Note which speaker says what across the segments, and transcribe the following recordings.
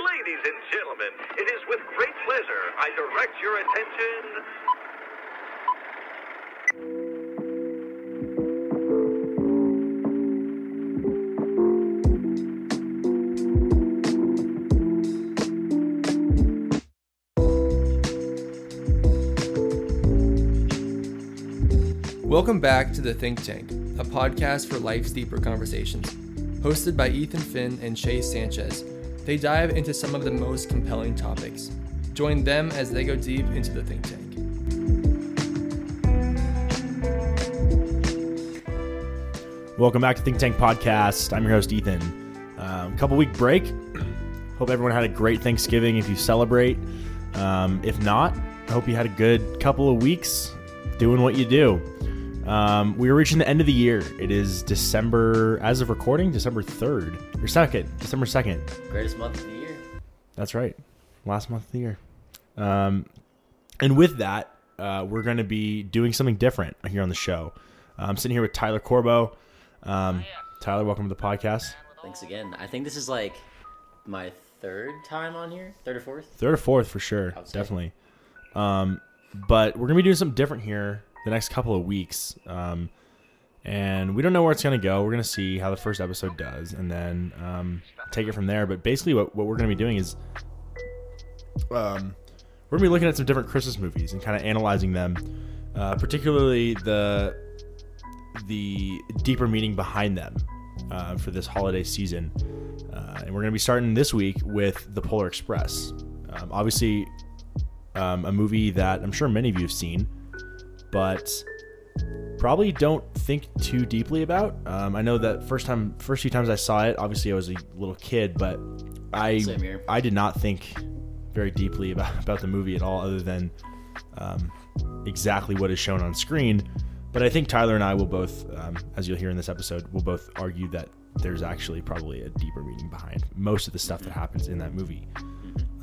Speaker 1: Ladies and gentlemen, it is with great pleasure I direct your attention
Speaker 2: Welcome back to The Think Tank, a podcast for life's deeper conversations. Hosted by Ethan Finn and Shay Sanchez, they dive into some of the most compelling topics. Join them as they go deep into The Think Tank.
Speaker 3: Welcome back to Think Tank Podcast. I'm your host, Ethan. Um, couple week break. hope everyone had a great Thanksgiving if you celebrate. Um, if not, I hope you had a good couple of weeks doing what you do. Um, we are reaching the end of the year. It is December, as of recording, December 3rd or 2nd, December 2nd.
Speaker 4: Greatest month of the year.
Speaker 3: That's right. Last month of the year. Um, and with that, uh, we're going to be doing something different here on the show. I'm sitting here with Tyler Corbo. Um, Tyler, welcome to the podcast.
Speaker 4: Thanks again. I think this is like my third time on here, third or fourth.
Speaker 3: Third or fourth for sure.
Speaker 4: would say.
Speaker 3: Definitely. Um, but we're going to be doing something different here the next couple of weeks. Um, and we don't know where it's going to go. We're going to see how the first episode does and then um, take it from there. But basically, what, what we're going to be doing is um, we're going to be looking at some different Christmas movies and kind of analyzing them, uh, particularly the the deeper meaning behind them uh, for this holiday season. Uh, and we're going to be starting this week with The Polar Express. Um, obviously, um, a movie that I'm sure many of you have seen, but probably don't think too deeply about. Um, I know that first time, first few times I saw it, obviously I was a little kid, but I
Speaker 4: Same here.
Speaker 3: I did not think very deeply about about the movie at all, other than um, exactly what is shown on screen. But I think Tyler and I will both, um, as you'll hear in this episode, will both argue that there's actually probably a deeper meaning behind most of the stuff that happens in that movie.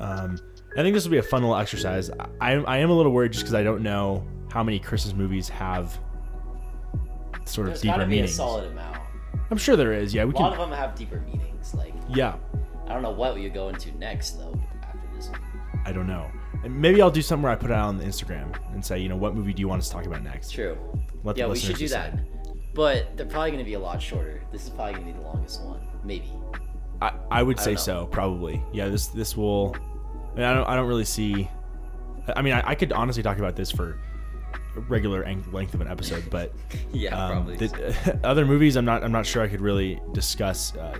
Speaker 3: Um, I think this will be a fun little exercise. I, I am a little worried just because I don't know how many Christmas movies have sort of
Speaker 4: There's
Speaker 3: deeper
Speaker 4: gotta be a
Speaker 3: meanings.
Speaker 4: solid amount.
Speaker 3: I'm sure there is. Yeah, we
Speaker 4: A lot of
Speaker 3: can.
Speaker 4: them have deeper meanings. Like
Speaker 3: Yeah,
Speaker 4: I don't know what you go into next though. After this,
Speaker 3: I don't know. And maybe I'll do something where I put it out on the Instagram and say, you know, what movie do you want us to talk about next?
Speaker 4: true.
Speaker 3: Let the
Speaker 4: yeah, we
Speaker 3: listeners
Speaker 4: should do
Speaker 3: decide.
Speaker 4: that. But they're probably gonna be a lot shorter. This is probably gonna be the longest one, maybe.
Speaker 3: I, I would say
Speaker 4: don't know.
Speaker 3: so, probably. Yeah, this this will. I, mean, I don't I don't really see. I- I mean, I, I could honestly talk about this for a regular en- length of an episode, but
Speaker 4: Yeah,
Speaker 3: um,
Speaker 4: probably.
Speaker 3: the- other movies, I'm not I'm not sure I could really discuss uh,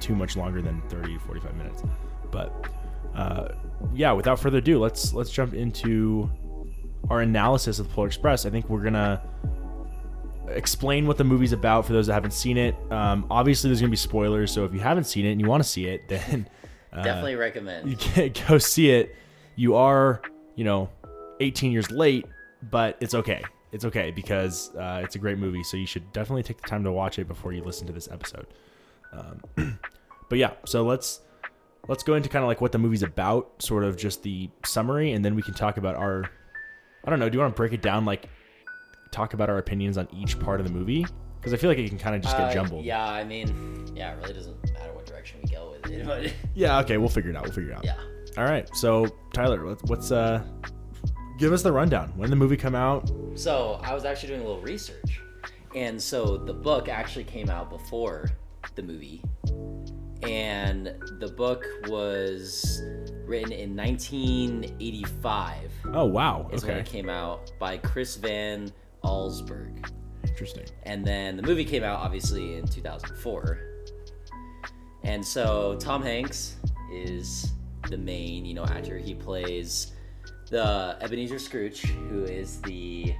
Speaker 3: too much longer than 30, 45 minutes. But uh, yeah, without further ado, let's let's jump into our analysis of the Polar Express. I think we're gonna explain what the movie's about for those that haven't seen it. Um, obviously, there's gonna be spoilers, so if you haven't seen it and you want to see it, then uh,
Speaker 4: Definitely recommend.
Speaker 3: you can't go see it. You are, you know, 18 years late, but it's okay. It's okay because uh, it's a great movie, so you should definitely take the time to watch it before you listen to this episode. Um, but yeah, so let's let's go into kind of like what the movie's about, sort of just the summary, and then we can talk about our. I don't know. Do you want to break it down, like talk about our opinions on each part of the movie? Because I feel like it can kind of just get
Speaker 4: Uh,
Speaker 3: jumbled.
Speaker 4: Yeah, I mean, yeah, it really doesn't matter what direction we go with it. But
Speaker 3: Yeah. Okay. We'll figure it out. We'll figure it out.
Speaker 4: yeah.
Speaker 3: All right, so Tyler, let's- what's uh, give us the rundown. When did the movie come out?
Speaker 4: So I was actually doing a little research, and so the book actually came out before the movie, and the book was written in 1985
Speaker 3: Oh wow,
Speaker 4: is when
Speaker 3: okay,
Speaker 4: it came out by Chris Van Allsburg,
Speaker 3: interesting.
Speaker 4: and then the movie came out obviously in 2004, and so Tom Hanks is the main you know actor. He plays the Ebenezer Scrooge, who is the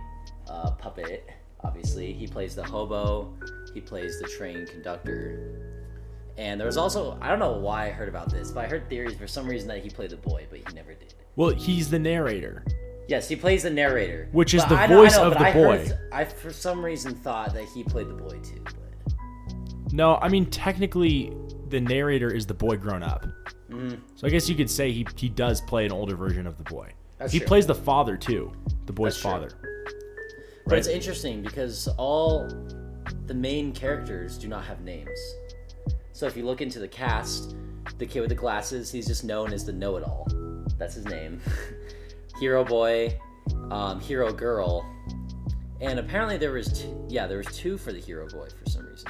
Speaker 4: uh, puppet, obviously. He plays the hobo, he plays the train conductor. And there was also, I don't know why I heard about this, but I heard theories for some reason that he played the boy, but he never did.
Speaker 3: Well, he's the narrator.
Speaker 4: Yes, he plays the narrator.
Speaker 3: Which is
Speaker 4: But
Speaker 3: the
Speaker 4: I know- I
Speaker 3: voice
Speaker 4: know,
Speaker 3: of
Speaker 4: but
Speaker 3: the
Speaker 4: I heard-
Speaker 3: boy.
Speaker 4: I, for some reason, thought that he played the boy too. But
Speaker 3: No, I mean technically, the narrator is the boy grown up.
Speaker 4: Mm.
Speaker 3: So I guess you could say he he does play an older version of the boy.
Speaker 4: That's
Speaker 3: he
Speaker 4: true.
Speaker 3: plays the father too, the boy's
Speaker 4: That's true.
Speaker 3: father.
Speaker 4: But it's interesting because all the main characters do not have names. So if you look into the cast, the kid with the glasses. He's just known as the know-it-all. That's his name. Hero boy, um, hero girl, and apparently there was two, yeah there was two for the hero boy for some reason.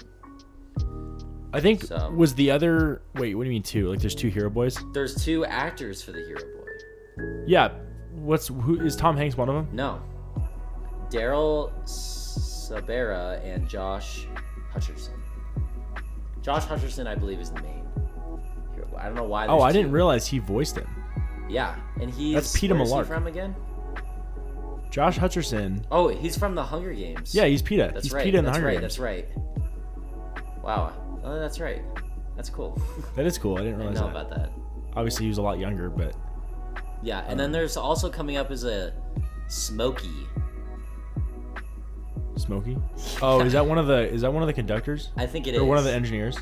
Speaker 3: I think
Speaker 4: So-
Speaker 3: was the other. Wait, what do you mean two? Like there's two hero boys?
Speaker 4: There's two actors for the hero boy.
Speaker 3: Yeah. What's who is Tom Hanks one of them?
Speaker 4: No, Daryl Sabera and Josh Hutcherson. Josh Hutcherson, I believe, is the main. hero boy. I don't know why.
Speaker 3: Oh,
Speaker 4: there's
Speaker 3: I didn't
Speaker 4: two.
Speaker 3: realize he voiced him.
Speaker 4: Yeah, and he's
Speaker 3: Peter
Speaker 4: where is he
Speaker 3: Millar.
Speaker 4: from again?
Speaker 3: Josh Hutcherson.
Speaker 4: Oh, he's from the Hunger Games.
Speaker 3: Yeah, he's PETA.
Speaker 4: that's
Speaker 3: he's
Speaker 4: right.
Speaker 3: PETA in the
Speaker 4: that's
Speaker 3: Hunger
Speaker 4: right.
Speaker 3: Games.
Speaker 4: That's right. Wow. Oh, that's right. That's cool.
Speaker 3: That is cool. I didn't
Speaker 4: I know
Speaker 3: realize that.
Speaker 4: about that.
Speaker 3: Obviously, he was a lot younger, but
Speaker 4: Yeah, and
Speaker 3: Um,
Speaker 4: then there's also coming up as a Smokey.
Speaker 3: Smokey. Oh, is that one of the is that one of the conductors
Speaker 4: I think it is.
Speaker 3: or one of the engineers?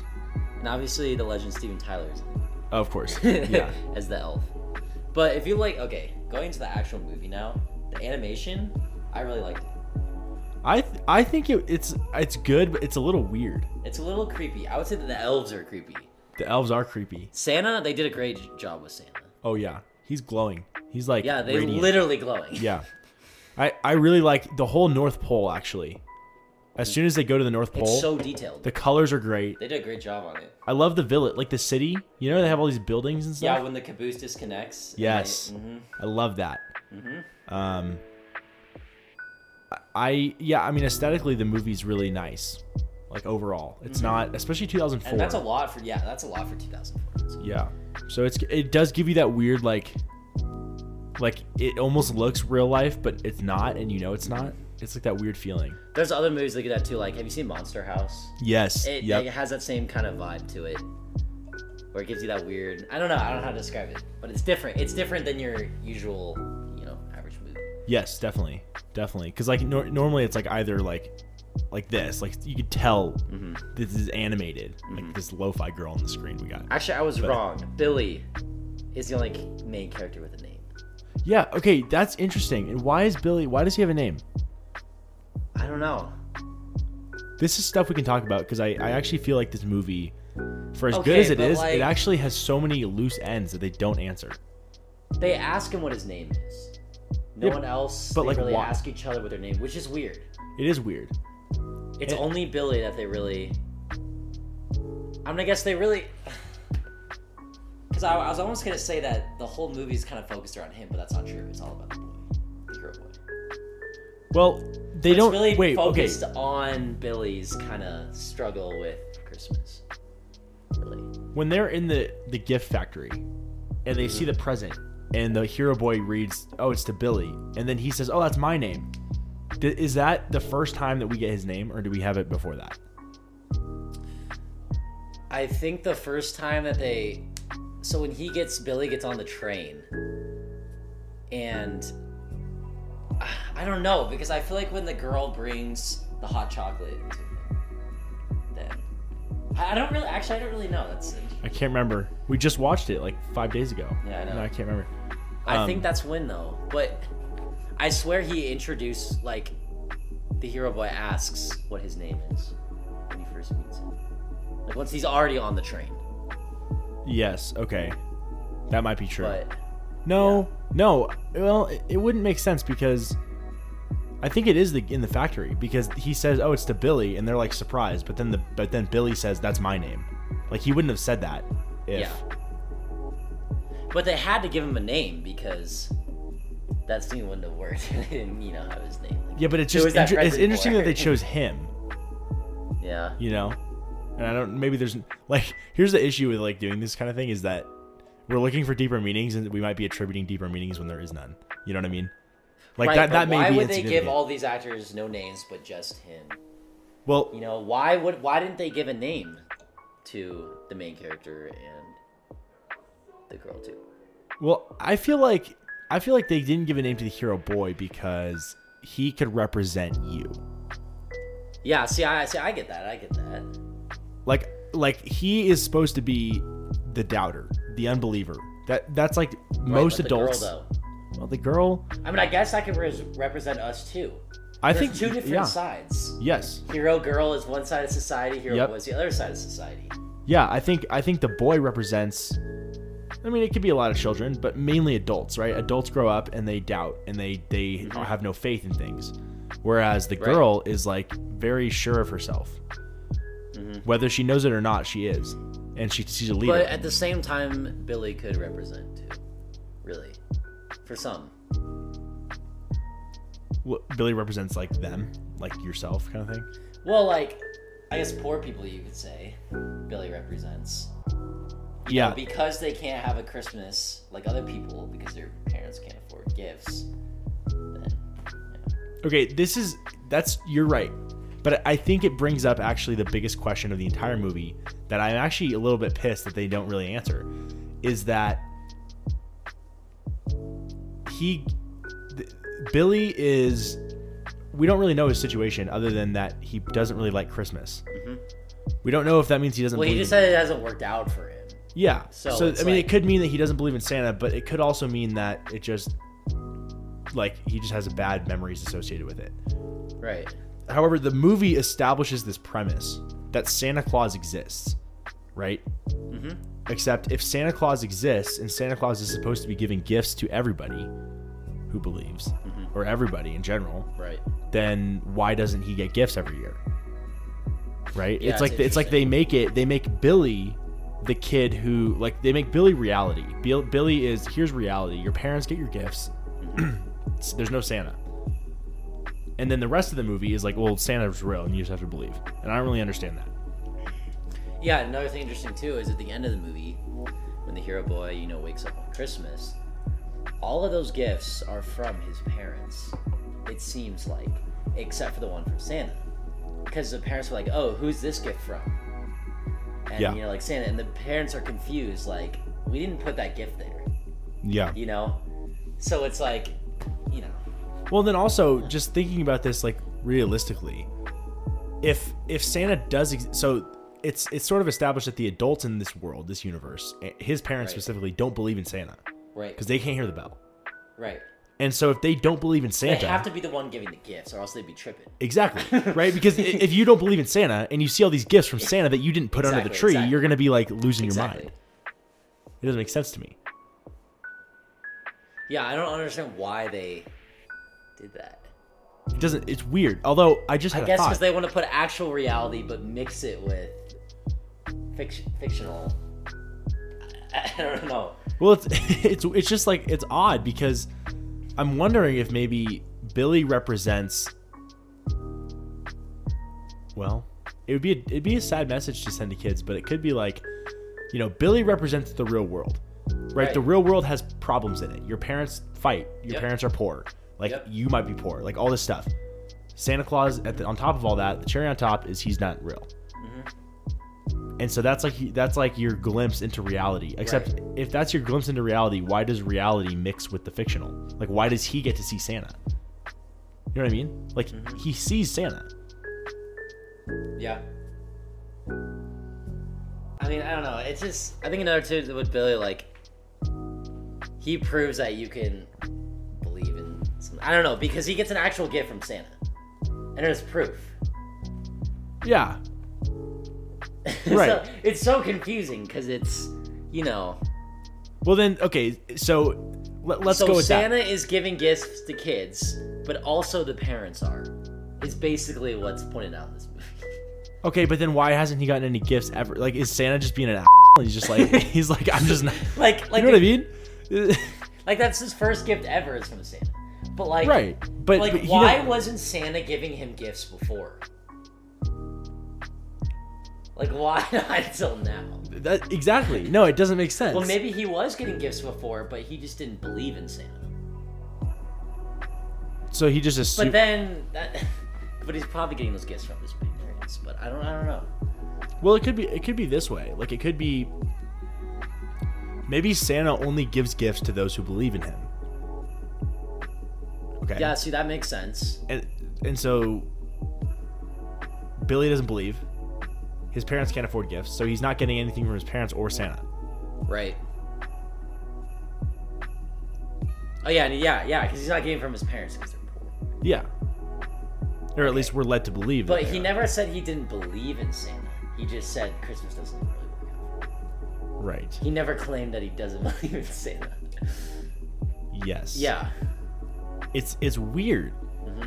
Speaker 4: and obviously the legend Steven Tyler is
Speaker 3: Oh, of course. Yeah.
Speaker 4: as the elf. But if you like, okay, going to the actual movie now, the animation, I really liked it.
Speaker 3: I th- I think it, it's it's good, but it's a little weird.
Speaker 4: It's a little creepy. I would say that the elves are creepy.
Speaker 3: The elves are creepy.
Speaker 4: Santa, they did a great j- job with Santa.
Speaker 3: Oh yeah, he's glowing. He's like
Speaker 4: Yeah, they
Speaker 3: radiant.
Speaker 4: literally glowing.
Speaker 3: yeah. I I really like the whole North Pole actually. As soon as they go to the North Pole,
Speaker 4: It's so detailed.
Speaker 3: the colors are great.
Speaker 4: They did a great job on it.
Speaker 3: I love the village, like the city. You know they have all these buildings and stuff.
Speaker 4: Yeah, when the caboose disconnects. and
Speaker 3: Yes.
Speaker 4: I- mhm.
Speaker 3: I love that.
Speaker 4: Mm-hmm.
Speaker 3: Um, I- I yeah, I mean aesthetically the movie's really nice, like overall. It's not especially 2004.
Speaker 4: Mm-hmm. And that's a lot for yeah, that's a lot for 2004. So-
Speaker 3: Yeah, so it's it does give you that weird like, like it almost looks real life, but it's not, and you know it's not. It's like that weird feeling.
Speaker 4: There's other movies that get that too. Like, have you seen Monster House?
Speaker 3: Yes.
Speaker 4: It, it has that same kind of vibe to it, where it gives you that weird. I don't know. I don't know how to describe it, but it's different. It's different than your usual, you know, average movie.
Speaker 3: Yes, definitely, definitely. Because like nor- normally it's like either like like this, like you could tell
Speaker 4: Mm-hmm.
Speaker 3: this is animated, like this lo-fi girl on the screen we got.
Speaker 4: Actually, I was wrong. Billy is the only c- main character with a name.
Speaker 3: Yeah, okay, that's interesting. And why is Billy? Why does he have a name?
Speaker 4: I don't know.
Speaker 3: This is stuff we can talk about because I, I actually feel like this movie, for as good
Speaker 4: Okay,
Speaker 3: as it
Speaker 4: but,
Speaker 3: is,
Speaker 4: like-
Speaker 3: it actually has so many loose ends that they don't answer.
Speaker 4: They ask him what his name is. No
Speaker 3: Yeah,
Speaker 4: one else.
Speaker 3: but,
Speaker 4: they
Speaker 3: like,
Speaker 4: really
Speaker 3: why-
Speaker 4: ask each other what their name, which is weird.
Speaker 3: It is weird.
Speaker 4: It's
Speaker 3: It-
Speaker 4: only Billy that they really. I'm gonna guess they really. Because I, I was almost gonna say that the whole movie's kind of focused around him, but that's not true. It's all about the boy, the hero boy.
Speaker 3: Well, they
Speaker 4: It's
Speaker 3: don't
Speaker 4: really
Speaker 3: wait. Okay,
Speaker 4: focused on Billy's kind of struggle with Christmas. Really,
Speaker 3: when they're in the the gift factory, and they see the present, and the hero boy reads, "Oh, it's to Billy," and then he says, "Oh, that's my name." D- is that the first time that we get his name, or do we have it before that?
Speaker 4: I think the first time that they, so when he gets Billy gets on the train, and I don't know because I feel like when the girl brings the hot chocolate to him, then I I don't really actually I don't really know. That's
Speaker 3: I can't remember. We just watched it like five days ago.
Speaker 4: Yeah, I know.
Speaker 3: No, I can't remember.
Speaker 4: I
Speaker 3: Um,
Speaker 4: think that's when though, but I swear he introduced like the hero boy asks what his name is when he first meets him. Like once he's already on the train,
Speaker 3: Yes. Okay. That might be true.
Speaker 4: but
Speaker 3: no. No. Well, it, it wouldn't make sense because I think it is the in the factory because he says, "Oh, it's to Billy," and they're like surprised, but then the but then Billy says, "That's my name." Like he wouldn't have said that if
Speaker 4: yeah. But they had to give him a name because that scene wouldn't have worked. they didn't, you know, have his name. Like,
Speaker 3: Yeah, but it's
Speaker 4: There
Speaker 3: just
Speaker 4: was that
Speaker 3: inter- it's
Speaker 4: record
Speaker 3: interesting that they
Speaker 4: board.
Speaker 3: chose him,
Speaker 4: yeah.
Speaker 3: you know. And I don't maybe there's like here's the issue with like doing this kind of thing is that we're looking for deeper meanings and we might be attributing deeper meanings when there is none. You know what I mean? Like
Speaker 4: right,
Speaker 3: that
Speaker 4: but
Speaker 3: that may
Speaker 4: why
Speaker 3: be
Speaker 4: would they give
Speaker 3: insignificant.
Speaker 4: all these actors no names but just him?
Speaker 3: well,
Speaker 4: You know, why would why didn't they give a name to the main character and the girl too?
Speaker 3: Well, I feel like I feel like they didn't give a name to the hero boy because he could represent you.
Speaker 4: Yeah, see, I see, I get that, I get that.
Speaker 3: Like like he is supposed to be the doubter, the unbeliever. That that's like most
Speaker 4: Right, but the girl,
Speaker 3: adults.
Speaker 4: though.
Speaker 3: well, the girl,
Speaker 4: I mean, I guess I could res- represent us too.
Speaker 3: I
Speaker 4: There's
Speaker 3: think
Speaker 4: two different
Speaker 3: yeah.
Speaker 4: sides.
Speaker 3: Yes.
Speaker 4: Hero girl is one side of society. Hero
Speaker 3: Yep.
Speaker 4: boy is the other side of society.
Speaker 3: yeah, I think I think the boy represents. I mean, it could be a lot of children, but mainly adults, right? Adults grow up and they doubt and they they have no faith in things, whereas the
Speaker 4: Mm-hmm. Right.
Speaker 3: girl is like very sure of herself. Whether she knows it or not, she is, and she, she's a leader.
Speaker 4: Mm-hmm. But at the same time, Billy could represent too. Really. For some.
Speaker 3: what Billy represents like them, like yourself, kind of thing.
Speaker 4: Well, like, I guess poor people, you could say, Billy represents.
Speaker 3: Yeah,
Speaker 4: Because they can't have a Christmas like other people because their parents can't afford gifts. Then,
Speaker 3: Okay, this is that's you're right. But I think it brings up actually the biggest question of the entire movie that I'm actually a little bit pissed that they don't really answer is that he th- Billy is we don't really know his situation other than that he doesn't really like Christmas. We don't know if that means he doesn't
Speaker 4: Mm-hmm. well, he
Speaker 3: believe
Speaker 4: just said it hasn't worked out for him.
Speaker 3: yeah. So,
Speaker 4: So
Speaker 3: I
Speaker 4: it's
Speaker 3: mean,
Speaker 4: like-
Speaker 3: it could mean that he doesn't believe in Santa, but it could also mean that it just like he just has a bad memories associated with it.
Speaker 4: Right.
Speaker 3: However, the movie establishes this premise that Santa Claus exists, right? Except if Santa Claus exists and Santa Claus is supposed to be giving gifts to everybody who believes, or everybody in general,
Speaker 4: Right.
Speaker 3: then why doesn't he get gifts every year? Right?
Speaker 4: Yeah,
Speaker 3: it's
Speaker 4: it's
Speaker 3: like it's like they make it they make Billy the kid who like they make Billy reality. Bill, Billy is here's reality. Your parents get your gifts. It's- There's no Santa. And then the rest of the movie is like, well, Santa's real and you just have to believe. And I don't really understand that.
Speaker 4: Yeah, another thing interesting too is at the end of the movie, when the hero boy, you know, wakes up on Christmas, all of those gifts are from his parents, it seems like, except for the one from Santa. Because the parents were like, oh, who's this gift from? And,
Speaker 3: Yeah.
Speaker 4: you know, like Santa, and the parents are confused, like, we didn't put that gift there,
Speaker 3: Yeah.
Speaker 4: you know? So it's like, you know,
Speaker 3: Well, then also just thinking about this like realistically, if if Santa does ex- so it's it's sort of established that the adults in this world, this universe, eh, his parents
Speaker 4: Right.
Speaker 3: specifically don't believe in Santa
Speaker 4: right,
Speaker 3: because they can't hear the bell.
Speaker 4: right.
Speaker 3: And so if they don't believe in
Speaker 4: They
Speaker 3: Santa,
Speaker 4: have to be the one giving the gifts, or else they'd be tripping.
Speaker 3: exactly right because i- if you don't believe in Santa and you see all these gifts from Santa that you didn't put under the
Speaker 4: Exactly,
Speaker 3: tree,
Speaker 4: exactly.
Speaker 3: you're gonna be like losing
Speaker 4: Exactly.
Speaker 3: your mind. It doesn't make sense to me.
Speaker 4: Yeah, I don't understand why they did that.
Speaker 3: It doesn't. It's weird. Although I just had
Speaker 4: I
Speaker 3: a
Speaker 4: guess
Speaker 3: thought.
Speaker 4: because they want to put actual reality but mix it with fiction, fictional. I, I don't know.
Speaker 3: Well, it's it's it's just like it's odd because I'm wondering if maybe Billy represents. Well, it would be a, it'd be a sad message to send to kids, but it could be like, you know, Billy represents the real world, right?
Speaker 4: Right.
Speaker 3: The real world has problems in it. Your parents fight. Your
Speaker 4: Yep.
Speaker 3: parents are poor. Like
Speaker 4: Yep.
Speaker 3: you might be poor. Like all this stuff. Santa Claus at the, on top of all that, the cherry on top is he's not real. And so that's like that's like your glimpse into reality. Except
Speaker 4: Right.
Speaker 3: if that's your glimpse into reality, why does reality mix with the fictional? Like why does he get to see Santa? You know what I mean? Like
Speaker 4: Mm-hmm.
Speaker 3: he sees Santa.
Speaker 4: Yeah. I mean, I don't know. It's just I think another two with Billy like he proves that you can believe in something. I don't know because he gets an actual gift from Santa, and it's proof.
Speaker 3: Yeah. Right.
Speaker 4: so, it's so confusing because it's you know
Speaker 3: Well then, okay. So let, us
Speaker 4: so
Speaker 3: go with
Speaker 4: Santa
Speaker 3: that.
Speaker 4: is giving gifts to kids, but also the parents are. Is basically what's pointed out in this movie.
Speaker 3: Okay, but then why hasn't he gotten any gifts ever? Like is Santa just being an? a- He's just like he's like I'm just not.
Speaker 4: Like, like,
Speaker 3: you know what I mean?
Speaker 4: like that's his first gift ever is from Santa. But like,
Speaker 3: right. But,
Speaker 4: like,
Speaker 3: but he
Speaker 4: why
Speaker 3: don't-
Speaker 4: wasn't Santa giving him gifts before? Like, why not until now?
Speaker 3: that, exactly. No, it doesn't make sense.
Speaker 4: Well, maybe he was getting gifts before, but he just didn't believe in Santa.
Speaker 3: so he just
Speaker 4: But
Speaker 3: assumed.
Speaker 4: then, that, but he's probably getting those gifts from his parents. But I don't, I don't know.
Speaker 3: Well, it could be it could be this way. Like it could be maybe Santa only gives gifts to those who believe in him. Okay.
Speaker 4: Yeah, see, that makes sense.
Speaker 3: And and so Billy doesn't believe. His parents can't afford gifts, so he's not getting anything from his parents or Santa.
Speaker 4: Right. Oh yeah, and yeah, yeah, because he's not getting from his parents because they're poor.
Speaker 3: Yeah. Or at least we're led to believe. that
Speaker 4: But
Speaker 3: they
Speaker 4: he
Speaker 3: are.
Speaker 4: never said he didn't believe in Santa. He just said Christmas doesn't really work.
Speaker 3: Right.
Speaker 4: He never claimed that he doesn't even say that.
Speaker 3: Yes.
Speaker 4: Yeah.
Speaker 3: It's it's weird.
Speaker 4: Mm-hmm.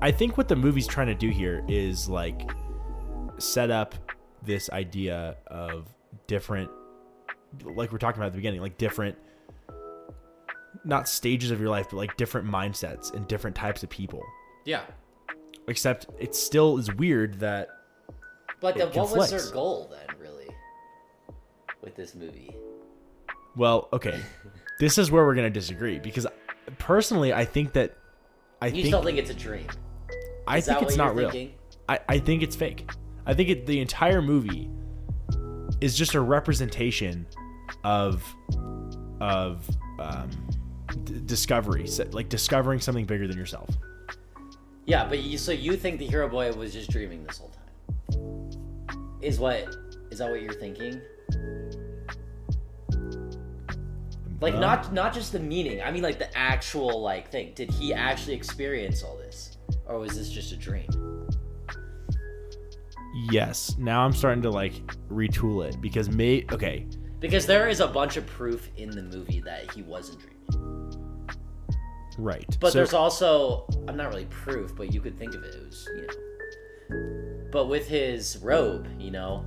Speaker 3: I think what the movie's trying to do here is like set up this idea of different like we're talking about at the beginning, like different not stages of your life, but like different mindsets and different types of people.
Speaker 4: Yeah.
Speaker 3: Except it still is weird that
Speaker 4: But then
Speaker 3: It
Speaker 4: what was
Speaker 3: conflicts.
Speaker 4: their goal then, really? With this movie?
Speaker 3: well, okay. this is where we're gonna disagree because personally I think that I
Speaker 4: You
Speaker 3: think,
Speaker 4: still think it's a dream.
Speaker 3: I
Speaker 4: Is
Speaker 3: think
Speaker 4: that
Speaker 3: it's
Speaker 4: what
Speaker 3: not
Speaker 4: you're
Speaker 3: real.
Speaker 4: thinking?
Speaker 3: I, I think it's fake. I think it, the entire movie is just a representation of of um, d- discovery, so, like discovering something bigger than yourself.
Speaker 4: Yeah, but you so you think the hero boy was just dreaming this whole time? Is what is that what you're thinking? Like
Speaker 3: Um,
Speaker 4: not not just the meaning. I mean like the actual like thing. Did he actually experience all this? Or was this just a dream?
Speaker 3: Yes. Now I'm starting to like retool it because may okay.
Speaker 4: Because there is a bunch of proof in the movie that he wasn't dreaming.
Speaker 3: Right.
Speaker 4: But
Speaker 3: So-
Speaker 4: there's also I'm not really proof, but you could think of it as, you know. But with his robe, you know,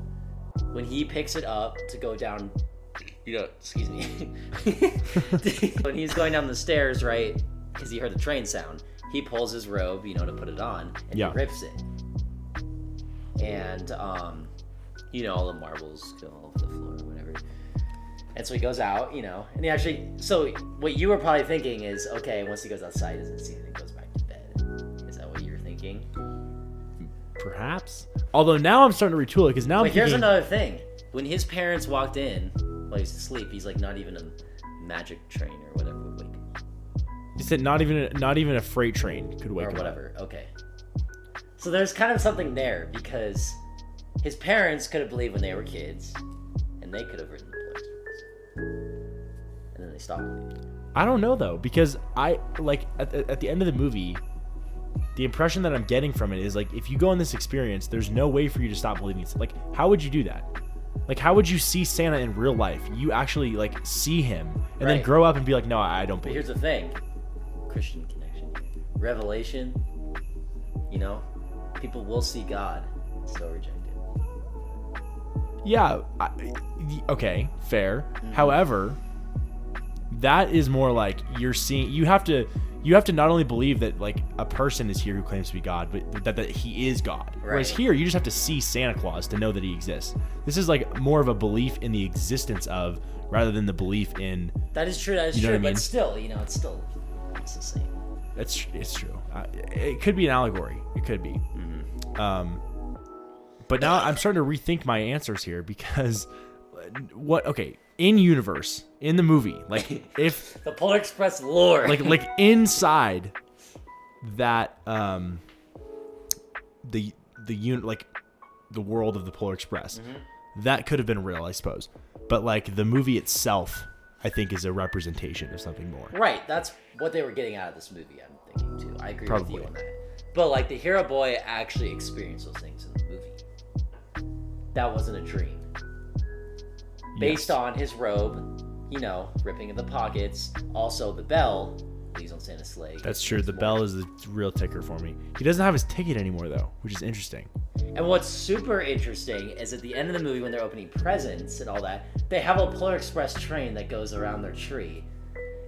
Speaker 4: when he picks it up to go down you know, excuse me. when he's going down the stairs, right, because he heard the train sound, he pulls his robe, you know, to put it on, and
Speaker 3: Yeah.
Speaker 4: he rips it. And um, you know, all the marbles go all over the floor, or whatever. And so he goes out, you know, and he actually. So what you were probably thinking is, okay, once he goes outside, he doesn't see anything, goes back to bed. Is that what you were thinking?
Speaker 3: perhaps. Although now I'm starting to retool it because now I'm
Speaker 4: But here's
Speaker 3: thinking-
Speaker 4: another thing. When his parents walked in while he's asleep, he's like not even a magic train or whatever would wake him up,
Speaker 3: you said not even a, not even a freight train could wake
Speaker 4: or
Speaker 3: him up.
Speaker 4: whatever. Okay. So there's kind of something there because his parents could have believed when they were kids, and they could have written the play, and then they stopped. believing.
Speaker 3: I don't know though because I like at, the- at the end of the movie, the impression that I'm getting from it is like if you go on this experience, there's no way for you to stop believing it. Like how would you do that? Like how would you see Santa in real life? You actually like see him and then
Speaker 4: Right.
Speaker 3: grow up and be like, no, I I don't
Speaker 4: But
Speaker 3: believe.
Speaker 4: here's the thing: Christian connection, revelation. You know, people will see God, still reject it.
Speaker 3: it." Yeah. I, y- okay. Fair. However, that is more like you're seeing. You have to. You have to not only believe that like a person is here who claims to be God, but that, that he is God. Whereas
Speaker 4: Right.
Speaker 3: here, you just have to see Santa Claus to know that he exists. This is like more of a belief in the existence of, rather than the belief in.
Speaker 4: That is true. That is
Speaker 3: You know
Speaker 4: true.
Speaker 3: what I mean?
Speaker 4: But still, you know, it's still it's the same.
Speaker 3: That's it's true. Uh, it could be an allegory. It could be. Um, but now I'm starting to rethink my answers here because, what? Okay, in universe, in the movie, like if
Speaker 4: The Polar Express lore.
Speaker 3: like like inside that um the the unit like the world of the polar express that could have been real i suppose but like the movie itself i think is a representation of something more
Speaker 4: right. That's what they were getting out of this movie. I'm thinking too. I agree with
Speaker 3: Probably.
Speaker 4: you on that. But like the hero boy actually experienced those things in the movie. That wasn't a dream.
Speaker 3: Yes.
Speaker 4: Based on his robe, you know, ripping of the pockets. Also the bell. Please don't stand a sleigh.
Speaker 3: that's true the bell is the real ticker for me he doesn't have his ticket anymore though which is interesting
Speaker 4: And what's super interesting is at the end of the movie when they're opening presents and all that, they have a Polar Express train that goes around their tree.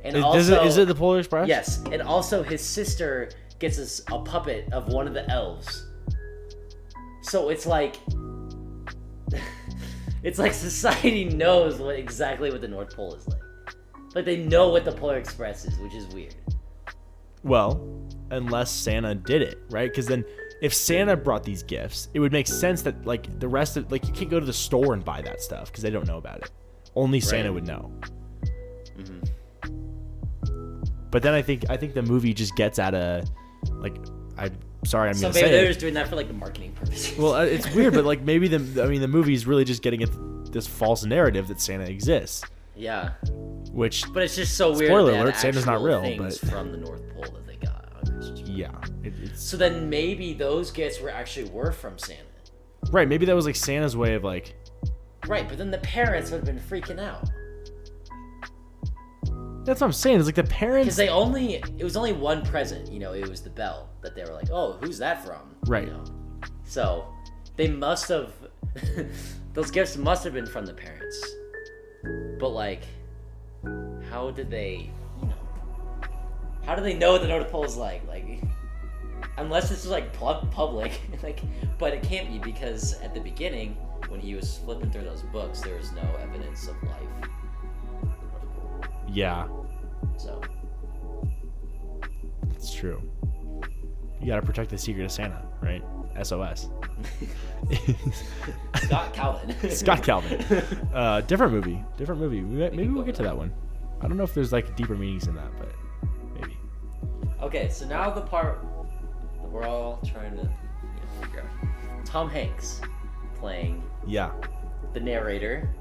Speaker 4: And
Speaker 3: is,
Speaker 4: also,
Speaker 3: does it, is it the polar express
Speaker 4: yes, and also his sister gets us a puppet of one of the elves. So it's like, it's like society knows what exactly what the North Pole is like, but they know what the Polar Express is, which is weird.
Speaker 3: Well, unless Santa did it, right? Because then if Santa brought these gifts, it would make sense that like the rest of like you can't go to the store and buy that stuff because they don't know about it. Only Santa
Speaker 4: Right. Mm-hmm.
Speaker 3: would know. But then I think I think the movie just gets at a like I'm sorry I'm
Speaker 4: So
Speaker 3: gonna
Speaker 4: maybe
Speaker 3: say
Speaker 4: they're
Speaker 3: it.
Speaker 4: just doing that for like the marketing purposes.
Speaker 3: well uh, it's weird, but like maybe the I mean the movie's really just getting at this false narrative that Santa exists,
Speaker 4: yeah.
Speaker 3: which
Speaker 4: But it's just so weird.
Speaker 3: Spoiler
Speaker 4: that
Speaker 3: alert, Santa's not
Speaker 4: actual
Speaker 3: real,
Speaker 4: Things
Speaker 3: but-
Speaker 4: from the North Pole that they got on Christmas.
Speaker 3: yeah, it, it's
Speaker 4: So then maybe those gifts were actually were from Santa.
Speaker 3: Right, maybe that was like Santa's way of like
Speaker 4: Right, but then the parents would have been freaking out
Speaker 3: That's what I'm saying. It's like the
Speaker 4: because
Speaker 3: parents.
Speaker 4: they only it was only one present. You know, it was the bell that they were like, "Oh, who's that from?" you
Speaker 3: Right.
Speaker 4: know? So they must have those gifts must have been from the parents, but like, how did they? You know, how do they know what the North Pole is like? Like, unless this is like pu- public, like, but it can't be because at the beginning when he was flipping through those books, there was no evidence of life.
Speaker 3: yeah,
Speaker 4: So
Speaker 3: it's true. You gotta protect the secret of Santa, right? SOS.
Speaker 4: Scott Calvin.
Speaker 3: Scott Calvin. Uh, different movie. Different movie. We, might- maybe we'll get to that one. I don't know if there's like deeper meanings in that, but maybe.
Speaker 4: Okay, so now the part that we're all trying to you know, figure out. Tom Hanks playing
Speaker 3: Yeah.
Speaker 4: the narrator,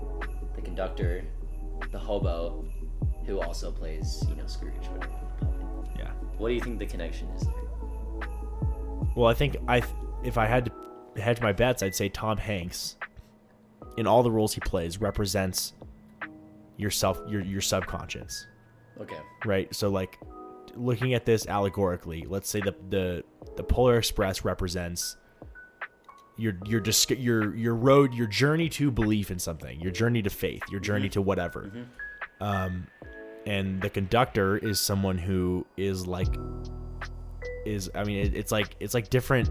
Speaker 4: the conductor, the hobo, who also plays, you know, Scrooge. Whatever. the puppet.
Speaker 3: Yeah.
Speaker 4: What do you think the connection is there?
Speaker 3: Well, I think I, th- if I had to hedge my bets, I'd say Tom Hanks, in all the roles he plays, represents yourself, your your subconscious,
Speaker 4: Okay.
Speaker 3: right? So like, looking at this allegorically, let's say the the the Polar Express represents your your disc- your your road, your journey to belief in something, your journey to faith, your journey to whatever. Um, and the conductor is someone who is like is I mean it, it's like it's like different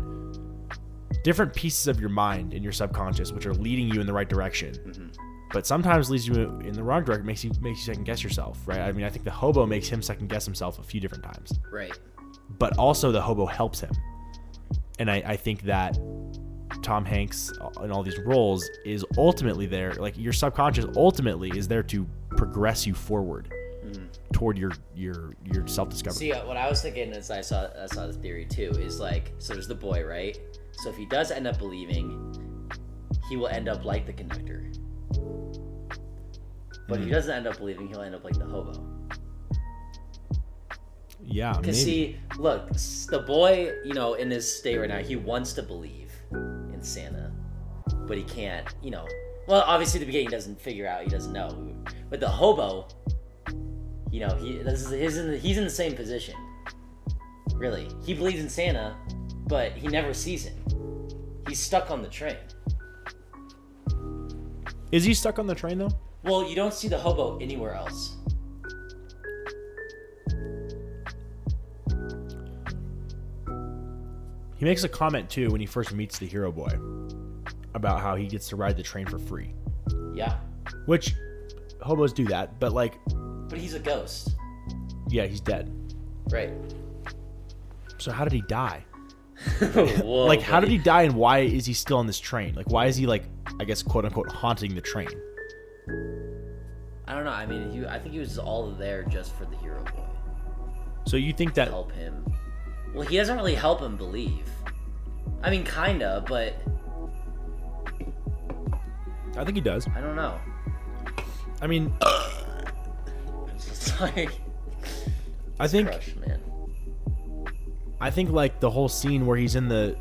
Speaker 3: different pieces of your mind and your subconscious which are leading you in the right direction. But sometimes leads you in the wrong direction, makes you makes you second guess yourself, right? I mean, I think the hobo makes him second guess himself a few different times
Speaker 4: Right.
Speaker 3: but also the hobo helps him. And I, I think that Tom Hanks uh, in all these roles is ultimately there, like your subconscious ultimately is there to progress you forward toward your your your self discovery.
Speaker 4: See, uh, what I was thinking is I saw I saw this theory too. Is like, so there's the boy, right? So if he does end up believing, he will end up like the conductor. But if he doesn't end up believing, he'll end up like the hobo.
Speaker 3: Yeah, maybe.
Speaker 4: Cause see, look, s- the boy, you know, in his state right now, he wants to believe in Santa, but he can't. You know, well, obviously at the beginning he doesn't figure out, he doesn't know. But the hobo, you know, he this is his in the, he's in the same position. Really, he believes in Santa, but he never sees him. He's stuck on the train.
Speaker 3: is he stuck on the train though?
Speaker 4: Well, you don't see the hobo anywhere else.
Speaker 3: He makes a comment too when he first meets the hero boy about how he gets to ride the train for free,
Speaker 4: Yeah,
Speaker 3: which hobos do that, but like,
Speaker 4: but he's a ghost,
Speaker 3: yeah, he's dead.
Speaker 4: right?
Speaker 3: So how did he die?
Speaker 4: Whoa,
Speaker 3: like how did
Speaker 4: buddy.
Speaker 3: he die and why is he still on this train like why is he like i guess quote unquote haunting the train
Speaker 4: I don't know. I mean, he, I think he was just all there just for the hero boy
Speaker 3: so you think
Speaker 4: to
Speaker 3: that
Speaker 4: help him. Well, he doesn't really help him believe. I mean, kinda, but
Speaker 3: i think he does
Speaker 4: I don't know.
Speaker 3: i mean
Speaker 4: I'm just like
Speaker 3: i think
Speaker 4: crush, man.
Speaker 3: i think like the whole scene where he's in the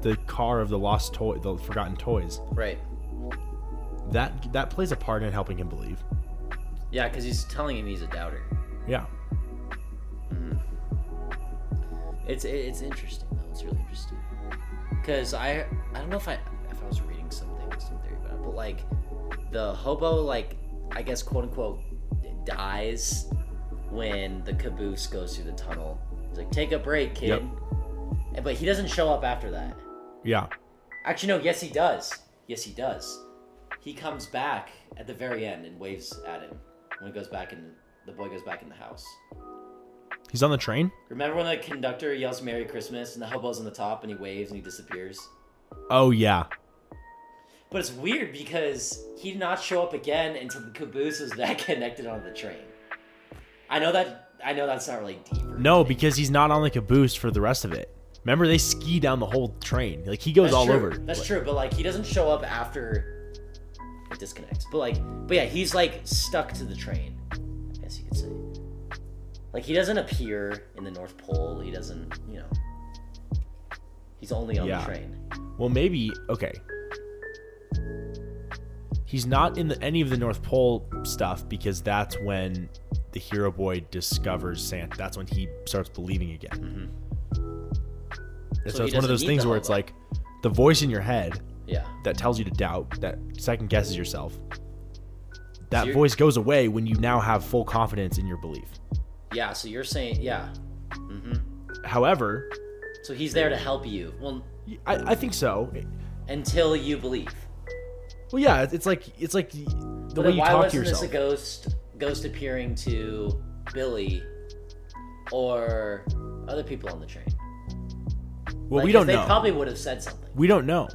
Speaker 3: the car of the lost toy the forgotten toys
Speaker 4: Right?
Speaker 3: that that plays a part in helping him believe
Speaker 4: Yeah, because he's telling him he's a doubter.
Speaker 3: yeah
Speaker 4: It's it, it's interesting though. It's really interesting. Cause I I don't know if I if I was reading something some theory about it, but like the hobo like I guess quote unquote dies when the caboose goes through the tunnel. It's like take a break, kid.
Speaker 3: Yep.
Speaker 4: And- But he doesn't show up after that.
Speaker 3: yeah
Speaker 4: Actually, no. Yes, he does. Yes, he does. He comes back at the very end and waves at him when he goes back and the boy goes back in the house.
Speaker 3: he's on the train
Speaker 4: Remember when the conductor yells "Merry Christmas" and the hobo's on the top and he waves and he disappears?
Speaker 3: oh yeah
Speaker 4: But it's weird because he did not show up again until the caboose was that connected on the train. I know that. I know that's not really deep. or
Speaker 3: no
Speaker 4: anything.
Speaker 3: because he's not on like a boost for the rest of it remember they ski down the whole train like he goes
Speaker 4: that's
Speaker 3: all
Speaker 4: true.
Speaker 3: over
Speaker 4: That's
Speaker 3: Like,
Speaker 4: true, but like he doesn't show up after it disconnects. But like, but yeah, he's like stuck to the train. I guess you could say. Like he doesn't appear in the North Pole. He doesn't. You know. He's only on
Speaker 3: Yeah.
Speaker 4: the train.
Speaker 3: well maybe okay he's not in the, any of the North Pole stuff because that's when the hero boy discovers Santa. That's when he starts believing again. And
Speaker 4: Mm-hmm. So
Speaker 3: so,
Speaker 4: he
Speaker 3: it's one of
Speaker 4: doesn't
Speaker 3: those
Speaker 4: need
Speaker 3: things
Speaker 4: the
Speaker 3: where it's
Speaker 4: hollow.
Speaker 3: like the voice in your head
Speaker 4: Yeah.
Speaker 3: that tells you to doubt, that second guesses yourself. That
Speaker 4: you're-
Speaker 3: voice goes away when you now have full confidence in your belief.
Speaker 4: Yeah. So you're saying, yeah.
Speaker 3: However,
Speaker 4: So he's there to help you. Well,
Speaker 3: I, I think so.
Speaker 4: until you believe.
Speaker 3: Well, yeah, it's- it's like it's like the
Speaker 4: But
Speaker 3: way
Speaker 4: then
Speaker 3: you
Speaker 4: why
Speaker 3: talk to
Speaker 4: wasn't
Speaker 3: yourself.
Speaker 4: this a ghost ghost appearing to Billy or other people on the train?
Speaker 3: well,
Speaker 4: Like,
Speaker 3: we
Speaker 4: 'cause
Speaker 3: don't
Speaker 4: they
Speaker 3: know.
Speaker 4: probably would have said something.
Speaker 3: we don't know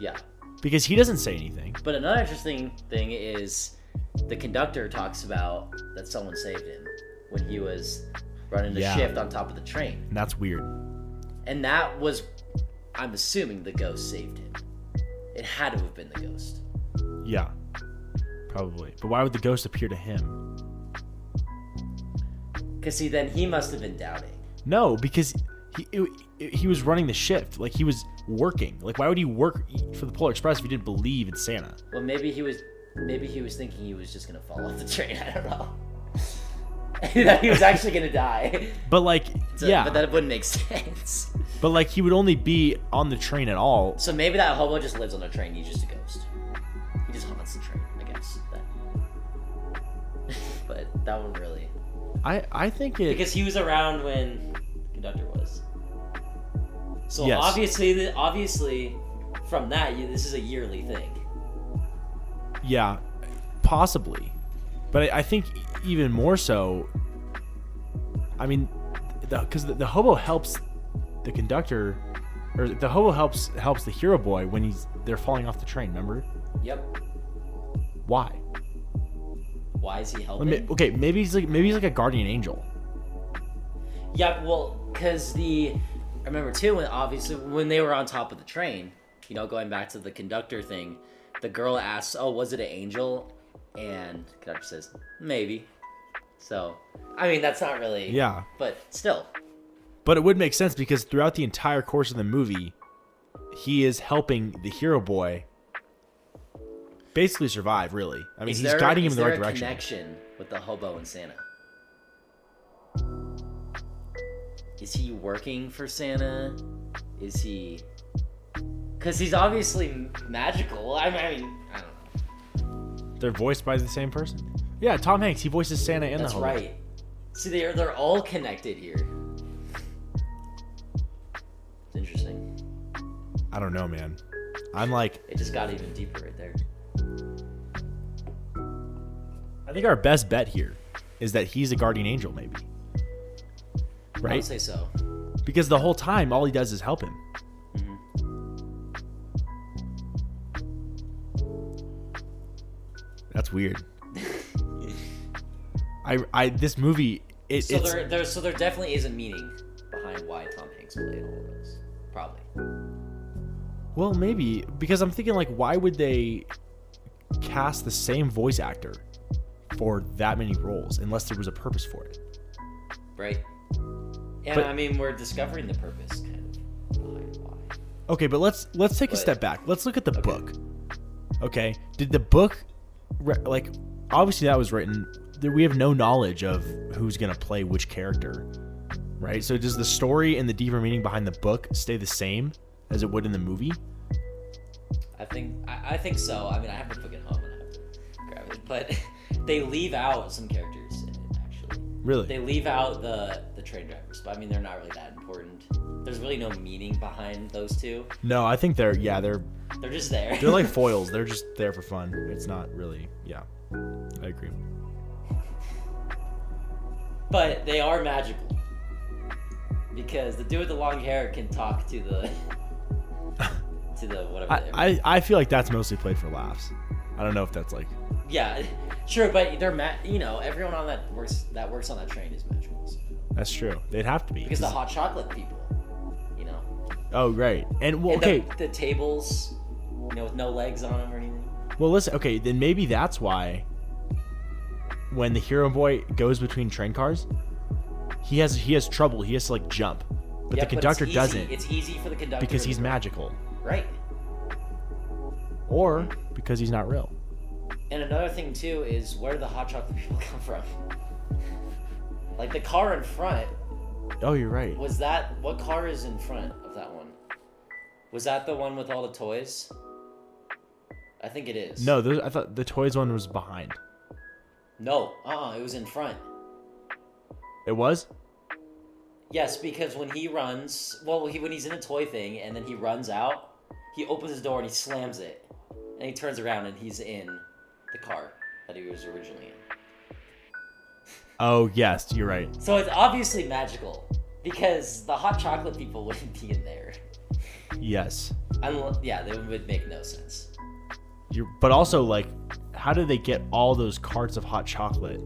Speaker 4: Yeah.
Speaker 3: because he doesn't say anything.
Speaker 4: But another interesting thing is the conductor talks about that someone saved him when he was running the
Speaker 3: Yeah.
Speaker 4: shift on top of the train.
Speaker 3: And that's weird.
Speaker 4: And that was I'm assuming the ghost saved him. It had to have been the ghost.
Speaker 3: Yeah, probably. But why would the ghost appear to him?
Speaker 4: Cause see then he must have been doubting.
Speaker 3: No, because he it- he was running the shift. Like he was working. Like why would he work for the Polar Express if he didn't believe in Santa?
Speaker 4: Well, maybe he was, maybe he was thinking he was just gonna fall off the train. I don't know. that he was actually gonna die.
Speaker 3: But like,
Speaker 4: So-
Speaker 3: yeah.
Speaker 4: But
Speaker 3: But,
Speaker 4: that wouldn't make sense.
Speaker 3: like he would only be on the train at all.
Speaker 4: So maybe that hobo just lives on the train. He's just a ghost. He just haunts the train. I guess that. but that one really,
Speaker 3: I I think it.
Speaker 5: Because he was around when the conductor was. So
Speaker 3: Yes.
Speaker 5: obviously, th- obviously, from that, you, this is a yearly thing.
Speaker 3: Yeah, possibly. But I, I think even more so. I mean, because the, the hobo helps the conductor, or the hobo helps helps the hero boy when he's they're falling off the train. Remember
Speaker 4: yep.
Speaker 3: why?
Speaker 4: Why is he
Speaker 3: Let
Speaker 4: helping?
Speaker 3: me- Okay, maybe he's like maybe he's like a guardian angel.
Speaker 4: Yeah, well, because the I remember too when obviously when they were on top of the train, you know, going back to the conductor thing, the girl asks, "Oh, was it an angel?" And conductor says, "Maybe." So, I mean, that's not really
Speaker 3: Yeah,
Speaker 4: but still,
Speaker 3: but it would make sense because throughout the entire course of the movie, he is helping the hero boy basically survive. Really, I mean,
Speaker 4: is
Speaker 3: he's
Speaker 4: there-
Speaker 3: guiding him
Speaker 4: is
Speaker 3: in the right
Speaker 4: there a
Speaker 3: direction.
Speaker 4: Connection with the hobo and Santa. Is he working for Santa? Is he? Because he's obviously m- magical. I mean, I mean, I don't know.
Speaker 3: They're voiced by the same person. Yeah, Tom Hanks. He voices Santa and
Speaker 4: That's
Speaker 3: the hobo.
Speaker 4: right. See, they're they're all connected here. It's interesting.
Speaker 3: I don't know, man. I'm like,
Speaker 4: It just got even deeper right there.
Speaker 3: I think our best bet here is that he's a guardian angel, maybe.
Speaker 4: I would
Speaker 3: Right?
Speaker 4: say so.
Speaker 3: Because the whole time, all he does is help him.
Speaker 4: Mm-hmm.
Speaker 3: That's weird. I, I, this movie, it,
Speaker 4: So
Speaker 3: it's
Speaker 4: there, there, so there definitely is a meaning behind why Tom Hanks played all of this. Probably.
Speaker 3: well, maybe because I'm thinking like, why would they cast the same voice actor for that many roles unless there was a purpose for it?
Speaker 4: Right. And
Speaker 3: But-
Speaker 4: I mean, we're discovering the purpose kind of behind why.
Speaker 3: Okay, but let's let's take a
Speaker 4: But-
Speaker 3: step back. Let's look at the book. Okay, did the book re- like obviously that was written? There, we have no knowledge of who's gonna play which character, right? So does the story and the deeper meaning behind the book stay the same as it would in the movie?
Speaker 4: I think I, I think so. I mean, I have to book at home and I have to grab it, but
Speaker 5: They leave out some characters in it, actually.
Speaker 3: Really?
Speaker 5: They leave out the the train drivers, but I mean, they're not really that important. There's really no meaning behind those two.
Speaker 3: no, I think they're yeah they're
Speaker 5: They're just there.
Speaker 3: they're like foils. They're just there for fun. It's not really yeah. I agree.
Speaker 5: but they are magical. Because the dude with the long hair can talk to the to the whatever. they are.
Speaker 3: I, I I feel like that's mostly played for laughs. I don't know if that's like
Speaker 5: Yeah, sure, but they're ma- You know, everyone on that works that works on that train is magical so-
Speaker 3: that's true. They'd have to be
Speaker 5: because the hot chocolate people, you know,
Speaker 3: Oh right, and well,
Speaker 5: And
Speaker 3: okay.
Speaker 5: the, the tables, you know, with no legs on them or anything.
Speaker 3: Well, listen. Okay, then maybe that's why. When the hero boy goes between train cars, he has he has trouble. He has to like jump, but
Speaker 5: Yeah,
Speaker 3: the conductor
Speaker 5: it's easy-
Speaker 3: doesn't
Speaker 5: It's easy for the conductor
Speaker 3: because he's
Speaker 5: to-
Speaker 3: magical
Speaker 5: right.
Speaker 3: or because he's not real.
Speaker 4: And another thing too is where do the hot chocolate people come from? like the car in front
Speaker 3: Oh, you're right.
Speaker 4: was that what car is in front of that one? Was that the one with all the toys? I think it is.
Speaker 3: No, those, I thought the toys one was behind.
Speaker 4: No. Uh. uh It was in front.
Speaker 3: It was.
Speaker 4: Yes, because when he runs, well, he, when he's in a toy thing and then he runs out, he opens his door and he slams it, and he turns around and he's in the car that he was originally in.
Speaker 3: Oh yes, you're right.
Speaker 4: So it's obviously magical because the hot chocolate people wouldn't be in there.
Speaker 3: Yes.
Speaker 4: Unless, yeah, that would make no sense.
Speaker 3: You. But also, like, how do they get all those carts of hot chocolate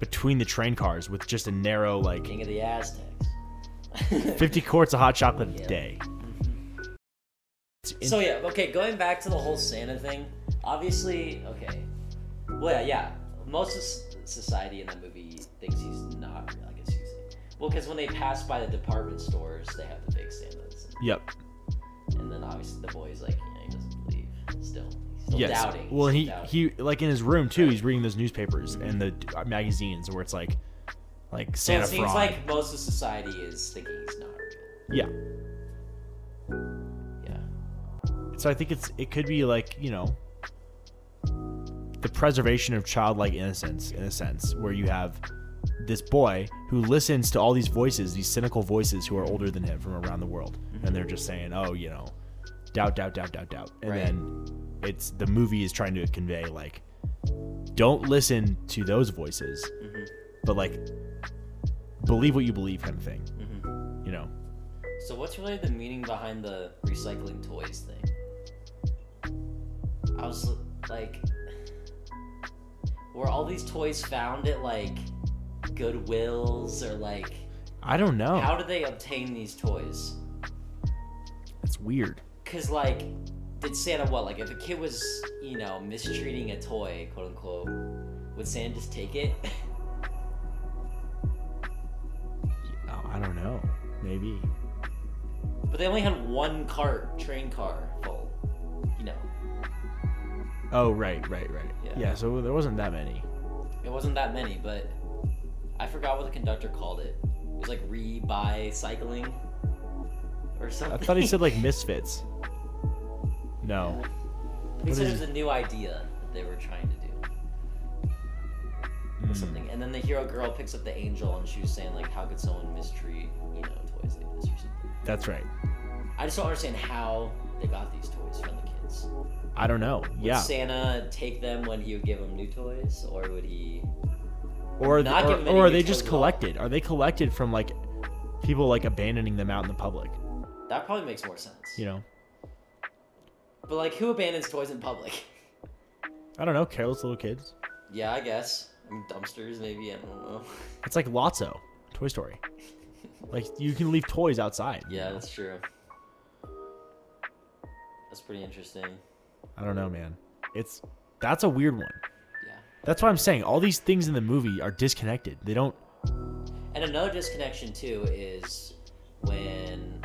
Speaker 3: between the train cars with just a narrow like
Speaker 4: King of the Aztecs.
Speaker 3: 50 quarts of hot chocolate a
Speaker 4: Yeah.
Speaker 3: day?
Speaker 4: so yeah, okay, going back to the whole Santa thing. Obviously, okay. Well, yeah, yeah. Most of s- society in that movie thinks he's not. I guess he's. Well, because when they pass by the department stores, they have the big Santas,
Speaker 3: Yep.
Speaker 4: and then obviously the boy's like, you know, he doesn't believe. Still, he's still
Speaker 3: Yes.
Speaker 4: doubting. he's
Speaker 3: Well,
Speaker 4: still
Speaker 3: he
Speaker 4: doubting.
Speaker 3: he like in his room too. He's reading those newspapers and the uh, magazines where it's like, like
Speaker 4: So
Speaker 3: Santa
Speaker 4: it seems
Speaker 3: fraud.
Speaker 4: like most of society is thinking he's not real.
Speaker 3: yeah.
Speaker 4: Yeah.
Speaker 3: So I think it's it could be like you know, the preservation of childlike innocence in a sense where you have this boy who listens to all these voices, these cynical voices who are older than him from around the world, and they're just saying, oh, you know, doubt, doubt, doubt, doubt, doubt, and
Speaker 4: Right.
Speaker 3: then it's the movie is trying to convey like, don't listen to those voices,
Speaker 4: Mm-hmm.
Speaker 3: but like, believe what you believe kind of thing,
Speaker 4: Mm-hmm.
Speaker 3: you know.
Speaker 4: So what's really the meaning behind the recycling toys thing? I was l- like, were all these toys found at like Goodwills or like?
Speaker 3: I don't know.
Speaker 4: How do they obtain these toys?
Speaker 3: It's weird.
Speaker 4: Cause like, did Santa what? Like, if a kid was you know mistreating a toy, quote unquote, would Santa just take it?
Speaker 3: Oh, I don't know. Maybe.
Speaker 4: but they only had one cart, train car full. You know,
Speaker 3: Oh right, right, right.
Speaker 4: Yeah.
Speaker 3: Yeah. so there wasn't that many.
Speaker 4: It wasn't that many, but I forgot what the conductor called it. It was like re-buy cycling or something.
Speaker 3: I thought he said like misfits. No.
Speaker 4: he
Speaker 3: what
Speaker 4: said it
Speaker 3: is-
Speaker 4: was a new idea that they were trying to do
Speaker 3: Hmm,
Speaker 4: or something. And then the hero girl picks up the angel and she was saying like, how could someone mistreat you know toys like this or something?
Speaker 3: That's right.
Speaker 4: I just don't understand how they got these toys from the kids.
Speaker 3: I don't know.
Speaker 4: Would
Speaker 3: Yeah.
Speaker 4: Santa take them when he would give them new toys, or would he?
Speaker 3: Or
Speaker 4: not
Speaker 3: or,
Speaker 4: give many
Speaker 3: or are
Speaker 4: new
Speaker 3: they just
Speaker 4: toys at all.
Speaker 3: collected? Are they collected from like people like abandoning them out in the public?
Speaker 4: That probably makes more sense.
Speaker 3: You know.
Speaker 4: But like, who abandons toys in public?
Speaker 3: I don't know. Careless little kids.
Speaker 4: Yeah, I guess. I mean, dumpsters, maybe. I don't know.
Speaker 3: It's like Lotso, Toy Story. like you can leave toys outside.
Speaker 4: yeah, that's true. That's pretty interesting.
Speaker 3: I don't know, man. It's that's a weird one.
Speaker 4: Yeah.
Speaker 3: That's why I'm saying all these things in the movie are disconnected. They don't.
Speaker 4: And another disconnection too is when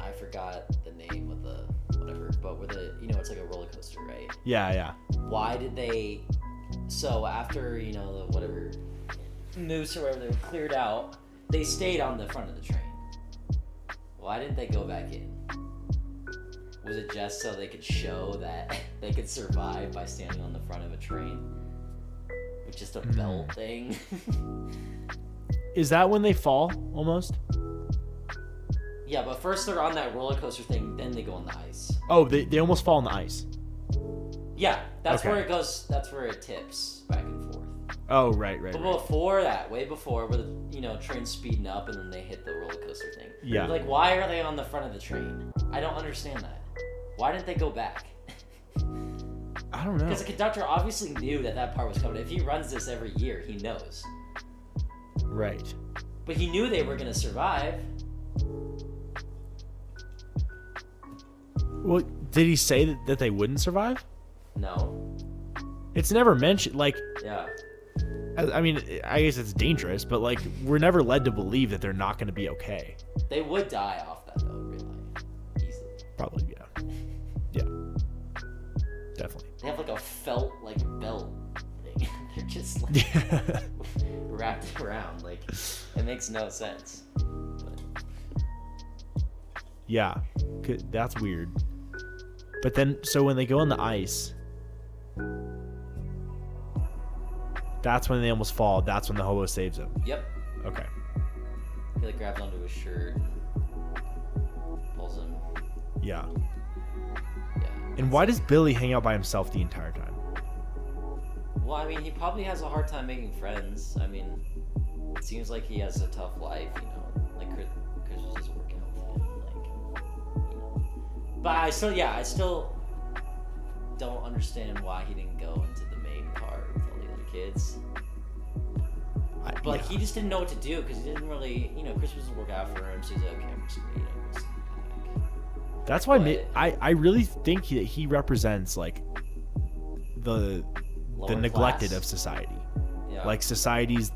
Speaker 4: I forgot the name of the whatever, but where the you know it's like a roller coaster, right?
Speaker 3: Yeah, yeah.
Speaker 4: Why did they? So after you know the whatever moose or whatever they were cleared out, they stayed on the front of the train. Why didn't they go back in? Was it just so they could show that they could survive by standing on the front of a train with just a belt thing?
Speaker 3: Is that when they fall almost?
Speaker 4: yeah, but first they're on that roller coaster thing, then they go on the ice.
Speaker 3: Oh, they, they almost fall on the ice.
Speaker 4: Yeah, that's
Speaker 3: Okay.
Speaker 4: where it goes. That's where it tips back and forth.
Speaker 3: Oh, right, right.
Speaker 4: But
Speaker 3: right.
Speaker 4: before that, way before, where the you know train's speeding up and then they hit the roller coaster thing.
Speaker 3: Yeah.
Speaker 4: Like, why are they on the front of the train? I don't understand that. Why didn't they go back?
Speaker 3: I don't know.
Speaker 4: Because the conductor obviously knew that that part was coming. If he runs this every year, he knows.
Speaker 3: Right.
Speaker 4: But he knew they were gonna survive.
Speaker 3: Well, did he say that, that they wouldn't survive?
Speaker 4: No.
Speaker 3: It's never mentioned. Like,
Speaker 4: Yeah.
Speaker 3: I, I mean, I guess it's dangerous, but like, we're never led to believe that they're not going to be okay.
Speaker 4: They would die off that though, in real life, easily.
Speaker 3: Probably, yeah. Yeah. Definitely.
Speaker 4: They have like a felt like belt just like
Speaker 3: Yeah.
Speaker 4: wrapped around. Like it makes no sense.
Speaker 3: yeah. C- That's weird. But then, so when they go on the ice, that's when they almost fall. That's when the hobo saves them.
Speaker 4: Yep.
Speaker 3: Okay.
Speaker 4: He like grabs onto his shirt, pulls him.
Speaker 3: Yeah.
Speaker 4: Yeah.
Speaker 3: And why does Billy hang out by himself the entire time?
Speaker 4: Well, I mean, he probably has a hard time making friends. I mean, it seems like he has a tough life, you know. Like Chris, Chris was just working out with him, like. You know. But I still, yeah, I still don't understand why he didn't go into the main part with all the other kids.
Speaker 3: I,
Speaker 4: But like,
Speaker 3: yeah.
Speaker 4: he just didn't know what to do because he didn't really, you know, Chris was working out for him, so he's like, okay, I'm just gonna, you know, go sit back.
Speaker 3: That's why mi-
Speaker 4: But-
Speaker 3: I I really think he, that he represents like the
Speaker 4: Lower
Speaker 3: the neglected
Speaker 4: class. Oh.
Speaker 3: of society,
Speaker 4: Yeah.
Speaker 3: like society's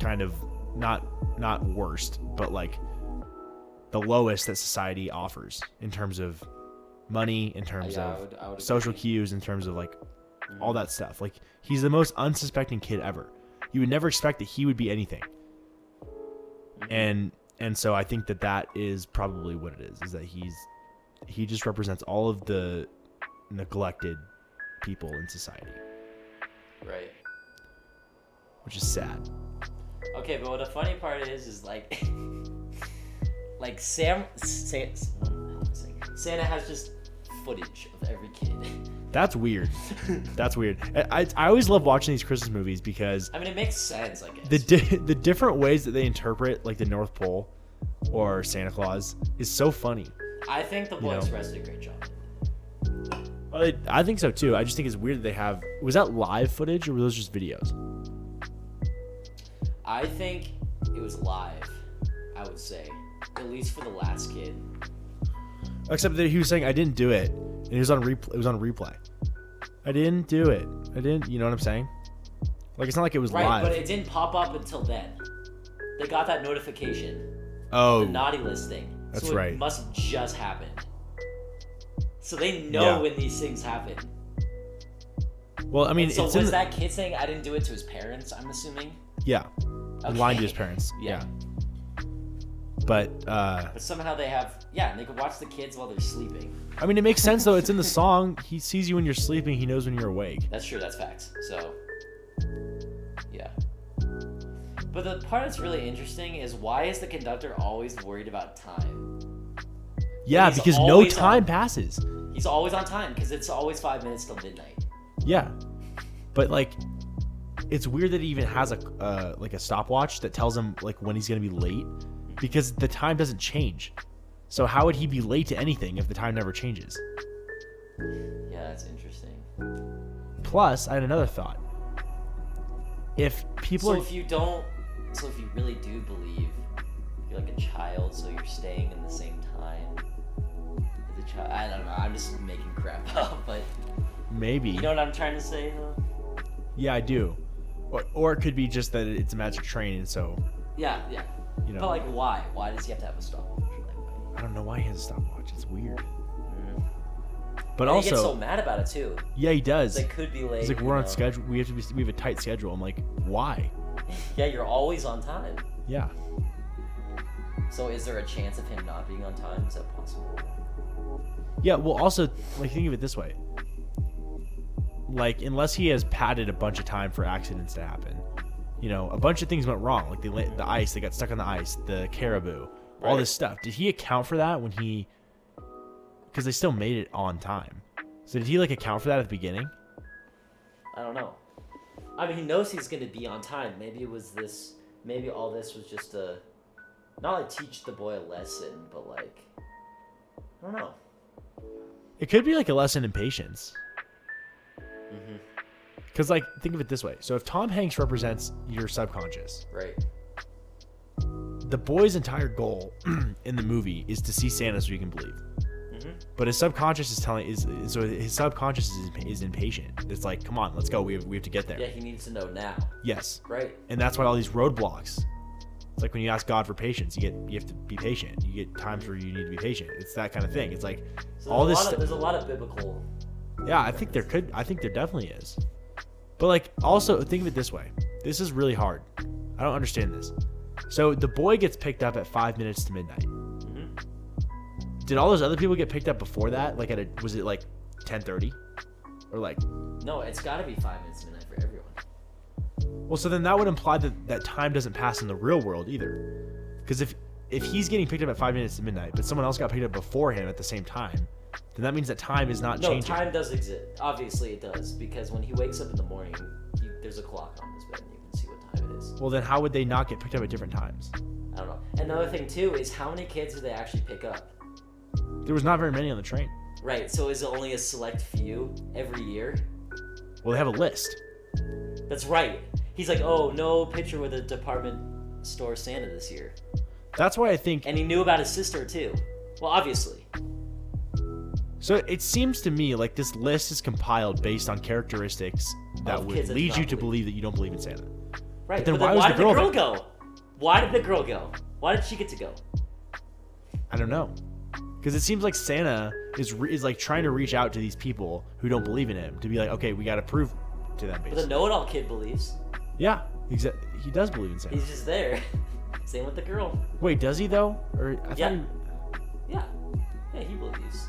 Speaker 3: kind of not not worst, but like the lowest that society offers in terms of money, in terms
Speaker 4: yeah, I
Speaker 3: of
Speaker 4: would- I would
Speaker 3: social
Speaker 4: agree.
Speaker 3: cues, in terms of like all that stuff. Like he's the most unsuspecting kid ever. You would never expect that he would be anything. And and so I think that that is probably what it is. Is that he's he just represents all of the neglected people in society,
Speaker 4: right.
Speaker 3: which is sad.
Speaker 4: Okay, but what the funny part is, is like, like Sam, Sa- what am I saying? Santa has just footage of every kid.
Speaker 3: That's weird. That's weird. I, I, I always love watching these Christmas movies because
Speaker 4: I mean, it makes sense, I guess.
Speaker 3: the di- the different ways that they interpret like the North Pole or Santa Claus is so funny.
Speaker 4: I think the boy
Speaker 3: know.
Speaker 4: express did a great job.
Speaker 3: I, I think so too. I just think it's weird that they have. Was that live footage or were those just videos?
Speaker 4: I think it was live. I would say, at least for the last kid.
Speaker 3: Except that he was saying I didn't do it, and it was on replay. It was on replay. I didn't do it. I didn't. You know what I'm saying? Like it's not like it was
Speaker 4: Right,
Speaker 3: live.
Speaker 4: but it didn't pop up until then. They got that notification,
Speaker 3: oh,
Speaker 4: the naughty list thing.
Speaker 3: That's
Speaker 4: so
Speaker 3: right.
Speaker 4: It must have just happened. So they know
Speaker 3: Yeah.
Speaker 4: when these things happen.
Speaker 3: well, I mean,
Speaker 4: so
Speaker 3: it's
Speaker 4: was
Speaker 3: in the-
Speaker 4: that kid saying I didn't do it to his parents? I'm assuming.
Speaker 3: yeah,
Speaker 4: Okay.
Speaker 3: lying to his parents. Yeah,
Speaker 4: Yeah.
Speaker 3: but uh,
Speaker 4: But somehow they have yeah, and they could watch the kids while they're sleeping.
Speaker 3: I mean, it makes sense though. It's in the song. He sees you when you're sleeping. He knows when you're awake.
Speaker 4: That's true. That's facts. So yeah. But the part that's really interesting is why is the conductor always worried about time?
Speaker 3: Yeah,
Speaker 4: he's
Speaker 3: because no
Speaker 4: always
Speaker 3: time
Speaker 4: on.
Speaker 3: passes.
Speaker 4: He's always on time because it's always five minutes till midnight.
Speaker 3: Yeah, but like, it's weird that he even has a uh, like a stopwatch that tells him like when he's gonna be late, because the time doesn't change. So how would he be late to anything if the time never changes?
Speaker 4: Yeah, that's interesting.
Speaker 3: Plus, I had another thought. If people
Speaker 4: So
Speaker 3: are,
Speaker 4: if you don't, so if you really do believe you're like a child, so you're staying in the same time as a child. I don't know. I'm just making crap up, but
Speaker 3: maybe
Speaker 4: you know what I'm trying to say. Though?
Speaker 3: yeah, I do, or or it could be just that it's a magic train, and so
Speaker 4: Yeah, yeah.
Speaker 3: you know
Speaker 4: But like, why? Why does he have to have a stopwatch? Like, why?
Speaker 3: I don't know why he has a stopwatch. It's weird.
Speaker 4: Mm.
Speaker 3: But
Speaker 4: And
Speaker 3: also,
Speaker 4: he gets so mad about it too.
Speaker 3: yeah, he does.
Speaker 4: It's like could be late.
Speaker 3: He's like,
Speaker 4: you
Speaker 3: we're on
Speaker 4: know.
Speaker 3: schedule. We have to be. We have a tight schedule. I'm like, why?
Speaker 4: Yeah, you're always on time.
Speaker 3: Yeah.
Speaker 4: So is there a chance of him not being on time? Is that possible?
Speaker 3: Yeah, well, also, like, think of it this way. Like, unless he has padded a bunch of time for accidents to happen, you know, a bunch of things went wrong. Like, the, la- the ice, they got stuck on the ice, the caribou, all this stuff. Did he account for that when he. Because they still made it on time. So, did he, like, account for that at the beginning?
Speaker 4: I don't know. I mean, he knows he's gonna be on time. Maybe it was this. Maybe all this was just a, not like teach the boy a lesson, but like, I don't know.
Speaker 3: It could be, like, a lesson in patience. Because, like, think of it this way. So, if Tom Hanks represents your subconscious,
Speaker 4: Right.
Speaker 3: the boy's entire goal in the movie is to see Santa so he can believe.
Speaker 4: Mm-hmm.
Speaker 3: But his subconscious is telling is so his subconscious is, is impatient. It's like, come on, let's go. We have, we have to get there.
Speaker 4: Yeah, he needs to know now.
Speaker 3: Yes,
Speaker 4: Right.
Speaker 3: and that's why all these roadblocks. It's like when you ask God for patience, you get you have to be patient. You get times where you need to be patient. It's that kind of thing. It's like
Speaker 4: So
Speaker 3: all
Speaker 4: there's
Speaker 3: this.
Speaker 4: a lot of-
Speaker 3: stu-
Speaker 4: there's a lot of biblical.
Speaker 3: yeah, I think there could. I think there definitely is. But like, also think of it this way: this is really hard. I don't understand this. So the boy gets picked up at five minutes to midnight.
Speaker 4: Mm-hmm.
Speaker 3: Did all those other people get picked up before that? Like at a was it like ten thirty, or like?
Speaker 4: No, it's got to be five minutes to midnight for everyone.
Speaker 3: Well, so then that would imply that that time doesn't pass in the real world either, because if if he's getting picked up at five minutes to midnight, but someone else got picked up before him at the same time, then that means that time is not
Speaker 4: No,
Speaker 3: changing.
Speaker 4: time does exist. Obviously, it does because when he wakes up in the morning, he, there's a clock on his bed, and you can see what time it is.
Speaker 3: Well, then how would they not get picked up at different times?
Speaker 4: I don't know. Another thing too is how many kids do they actually pick up?
Speaker 3: There was not very many on the train.
Speaker 4: Right. So is it only a select few every year?
Speaker 3: Well, they have a list.
Speaker 4: That's right. He's like, oh, no picture with a department store Santa this year,
Speaker 3: That's why I think.
Speaker 4: and he knew about his sister too. Well, obviously.
Speaker 3: So it seems to me like this list is compiled based on characteristics that
Speaker 4: Of
Speaker 3: would
Speaker 4: kids that
Speaker 3: lead
Speaker 4: don't
Speaker 3: you to
Speaker 4: believe.
Speaker 3: believe that you don't believe in Santa.
Speaker 4: Right.
Speaker 3: then
Speaker 4: but then
Speaker 3: why was
Speaker 4: why
Speaker 3: the
Speaker 4: did the
Speaker 3: girl
Speaker 4: girl go? Why did the girl go? Why did she get to go?
Speaker 3: I don't know, because it seems like Santa is re- is like trying to reach out to these people who don't believe in him to be like, okay, we got to prove to them.
Speaker 4: But the
Speaker 3: Basically.
Speaker 4: know-it-all kid believes.
Speaker 3: yeah, exa- he does believe in Santa.
Speaker 4: He's just there. Same with the girl.
Speaker 3: Wait, does he though? Or I
Speaker 4: Yeah.
Speaker 3: thought he,
Speaker 4: Yeah. Yeah, he believes.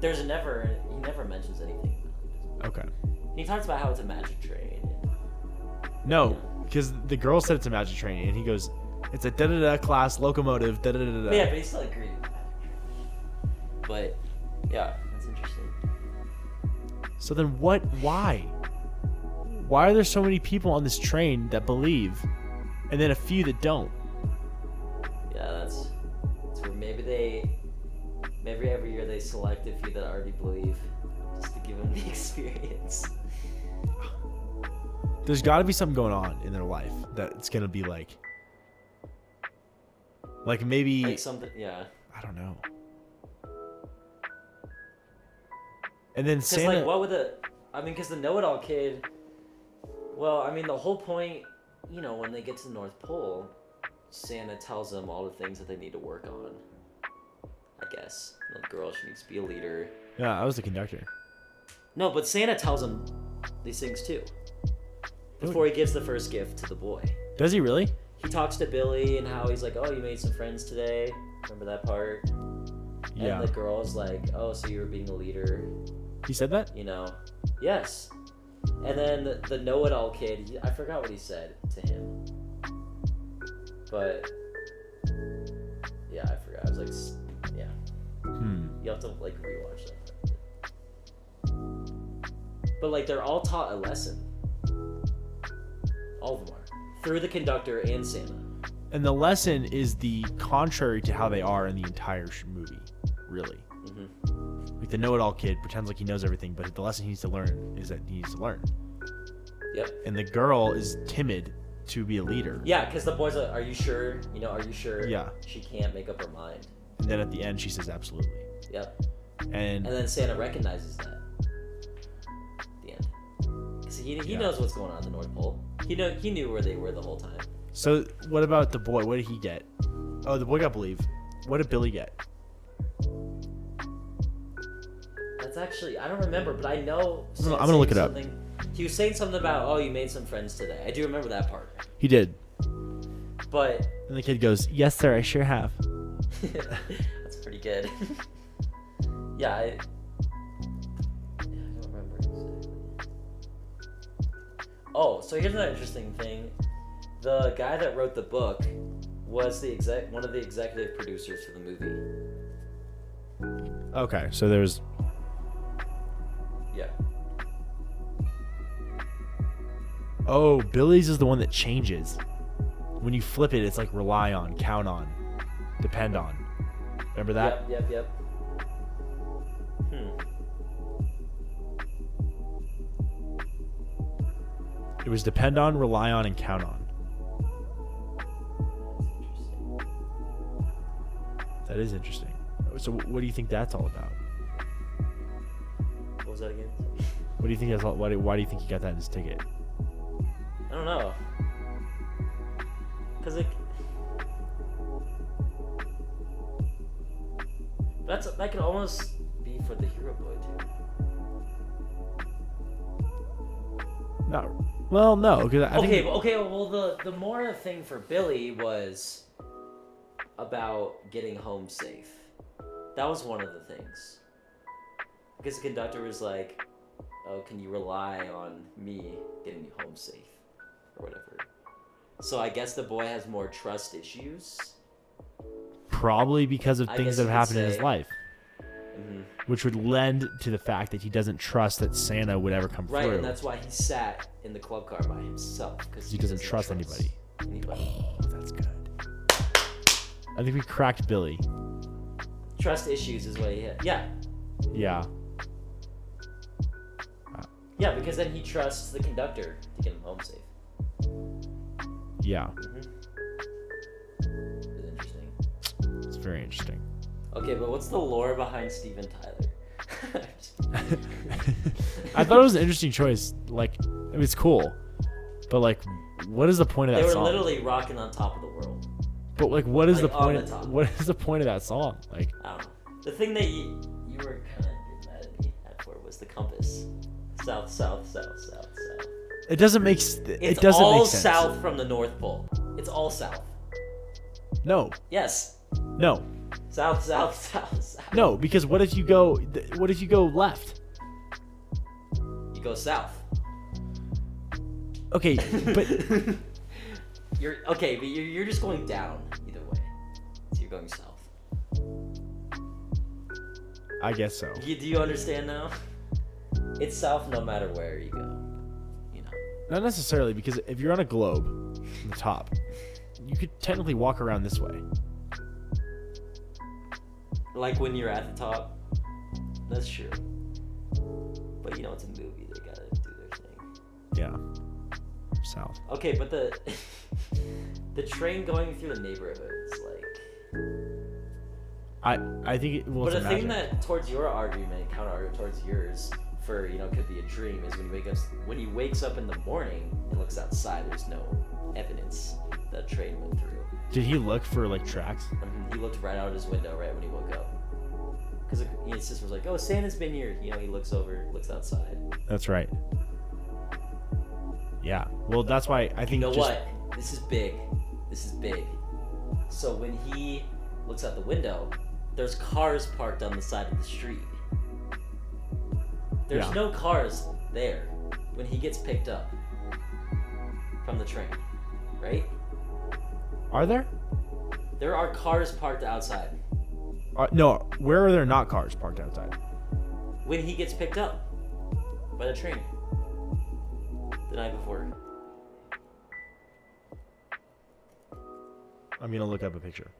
Speaker 4: There's never he never mentions anything.
Speaker 3: okay.
Speaker 4: He talks about how it's a magic train.
Speaker 3: No, because the girl said it's a magic train, and he goes, "It's a da da da class locomotive." Da da da da.
Speaker 4: But yeah, but he still agreed. with the magic train. But yeah, that's interesting.
Speaker 3: So then, what? Why? Why are there so many people on this train that believe, and then a few that don't?
Speaker 4: Yeah, that's, that's where maybe they maybe every year they select a few that already believe just to give them the experience.
Speaker 3: There's got to be something going on in their life that it's gonna be like, like maybe
Speaker 4: Like something, yeah.
Speaker 3: I don't know. And then
Speaker 4: Because
Speaker 3: Santa,
Speaker 4: like, what would the? I mean, because the know-it-all kid. Well, I mean, the whole point, you know, when they get to the North Pole, Santa tells them all the things that they need to work on. I guess the girl she needs to be a leader.
Speaker 3: yeah, I was the conductor.
Speaker 4: No, but Santa tells them these things too. Before he gives the first gift to the boy,
Speaker 3: Does he really?
Speaker 4: he talks to Billy and how he's like, "Oh, you made some friends today." Remember that part?
Speaker 3: Yeah,
Speaker 4: And the girl's like, "Oh, so you were being a leader."
Speaker 3: he said that.
Speaker 4: you know yes and then the, the know-it-all kid he- i forgot what he said to him but yeah i forgot i was like s- yeah
Speaker 3: Hmm.
Speaker 4: you have to like rewatch that but like they're all taught a lesson all of them are through the conductor and santa
Speaker 3: And the lesson is the contrary to how they are in the entire sh- movie, really.
Speaker 4: Mhm.
Speaker 3: Like the know-it-all kid pretends like he knows everything, but the lesson he needs to learn is that he needs to learn.
Speaker 4: yep
Speaker 3: And the girl is timid to be a leader.
Speaker 4: yeah because the boys are are you sure you know are you sure
Speaker 3: Yeah.
Speaker 4: she can't make up her mind
Speaker 3: And then at the end, she says absolutely.
Speaker 4: yep
Speaker 3: And,
Speaker 4: And then Santa recognizes that. At The end. Because he, he
Speaker 3: Yeah.
Speaker 4: knows what's going on at the North Pole. He know he knew where they were the whole time.
Speaker 3: so, what about the boy? What did he get? Oh, the boy got believe. What did Billy get?
Speaker 4: That's actually I don't remember, but I know.
Speaker 3: I'm gonna-
Speaker 4: Santa
Speaker 3: I'm gonna look it
Speaker 4: saying
Speaker 3: up.
Speaker 4: something- He was saying something about oh you made some friends today. I do remember that part.
Speaker 3: He did.
Speaker 4: But
Speaker 3: And the kid goes, "Yes, sir, I sure have."
Speaker 4: that's pretty good. yeah, I, yeah, I don't remember exactly. Oh, so here's another interesting thing. The guy that wrote the book was the exec one of the executive producers for the movie.
Speaker 3: Okay, so there's
Speaker 4: Yeah.
Speaker 3: Oh, Billy's is the one that changes. When you flip it, it's like rely on, count on, depend on. Remember that?
Speaker 4: Yep, yep, yep. Hmm.
Speaker 3: It was depend on, rely on, and count on.
Speaker 4: That's interesting.
Speaker 3: That is interesting. So, wh- what do you think that's all about?
Speaker 4: What was that again?
Speaker 3: What do you think that's all? Why do, why do you think he got that in his ticket?
Speaker 4: I don't know. Cause it. That's that could almost be for the hero boy too.
Speaker 3: Not, well, no, because I
Speaker 4: okay,
Speaker 3: think
Speaker 4: well, okay. Well, the the more thing for Billy was about getting home safe. That was one of the things. Because the conductor was like, "Oh, can you rely on me getting you home safe, or whatever?" So I guess the boy has more trust issues.
Speaker 3: probably because of
Speaker 4: I
Speaker 3: things
Speaker 4: guess
Speaker 3: that have
Speaker 4: you could
Speaker 3: happened in his
Speaker 4: say-
Speaker 3: life,
Speaker 4: Mhm.
Speaker 3: which would lend to the fact that he doesn't trust that Santa would ever come
Speaker 4: Right,
Speaker 3: through.
Speaker 4: and that's why he sat in the club car by himself because
Speaker 3: He doesn't trust anybody.
Speaker 4: anybody.
Speaker 3: That's good. I think we cracked Billy.
Speaker 4: Trust issues is what he had. Yeah,
Speaker 3: Yeah.
Speaker 4: yeah, because then he trusts the conductor to get him home safe.
Speaker 3: Yeah.
Speaker 4: It's interesting.
Speaker 3: It's very interesting.
Speaker 4: Okay, but what's the lore behind Steven Tyler?
Speaker 3: I thought it was an interesting choice. Like, I mean, it's cool, but like, what is the point of
Speaker 4: they
Speaker 3: that
Speaker 4: were
Speaker 3: song?
Speaker 4: literally rocking on top of the world.
Speaker 3: but like, what is
Speaker 4: like,
Speaker 3: the
Speaker 4: on
Speaker 3: point?
Speaker 4: the top.
Speaker 3: what is the point of that song? Like,
Speaker 4: I don't know. The thing that you, you were kind of mad at me at for was the compass. South, south, south, south, south.
Speaker 3: it doesn't make. s-
Speaker 4: It's
Speaker 3: It doesn't
Speaker 4: all
Speaker 3: make sense.
Speaker 4: south from the North Pole. It's all south.
Speaker 3: No,
Speaker 4: Yes.
Speaker 3: no,
Speaker 4: South, south, south, south.
Speaker 3: no. Because what if you go? th- What if you go left?
Speaker 4: You go south.
Speaker 3: Okay, but
Speaker 4: You're okay, but you're, you're just going down either way. So you're going south.
Speaker 3: I guess so.
Speaker 4: You, do you understand now? It's south no matter where you go. You know.
Speaker 3: Not necessarily, because if you're on a globe, on the top, you could technically walk around this way.
Speaker 4: Like when you're at the top. That's true. But you know it's a movie, they gotta do their thing.
Speaker 3: Yeah. South.
Speaker 4: Okay, but the the train going through the neighborhoods, like
Speaker 3: I I think it well,
Speaker 4: But
Speaker 3: it's
Speaker 4: a
Speaker 3: a
Speaker 4: thing
Speaker 3: magic.
Speaker 4: that towards your argument, counter argument towards yours, for you know, could be a dream is when he wakes up when he wakes up in the morning and looks outside, there's no evidence that a train went through.
Speaker 3: Did he look for like tracks?
Speaker 4: And he looked right out of his window right when he woke up. Because his sister was like, "Oh, Santa's been here." You know, he looks over, looks outside.
Speaker 3: That's right. Yeah. Well, that's why I think
Speaker 4: You know
Speaker 3: just
Speaker 4: what? This is big. This is big. So when he looks out the window, there's cars parked on the side of the street. There's
Speaker 3: Yeah.
Speaker 4: no cars there when he gets picked up from the train, right?
Speaker 3: are there?
Speaker 4: There are cars parked outside
Speaker 3: Are, Uh, no. Where are there not cars parked outside?
Speaker 4: when he gets picked up by the train the night before.
Speaker 3: I'm gonna look up a picture.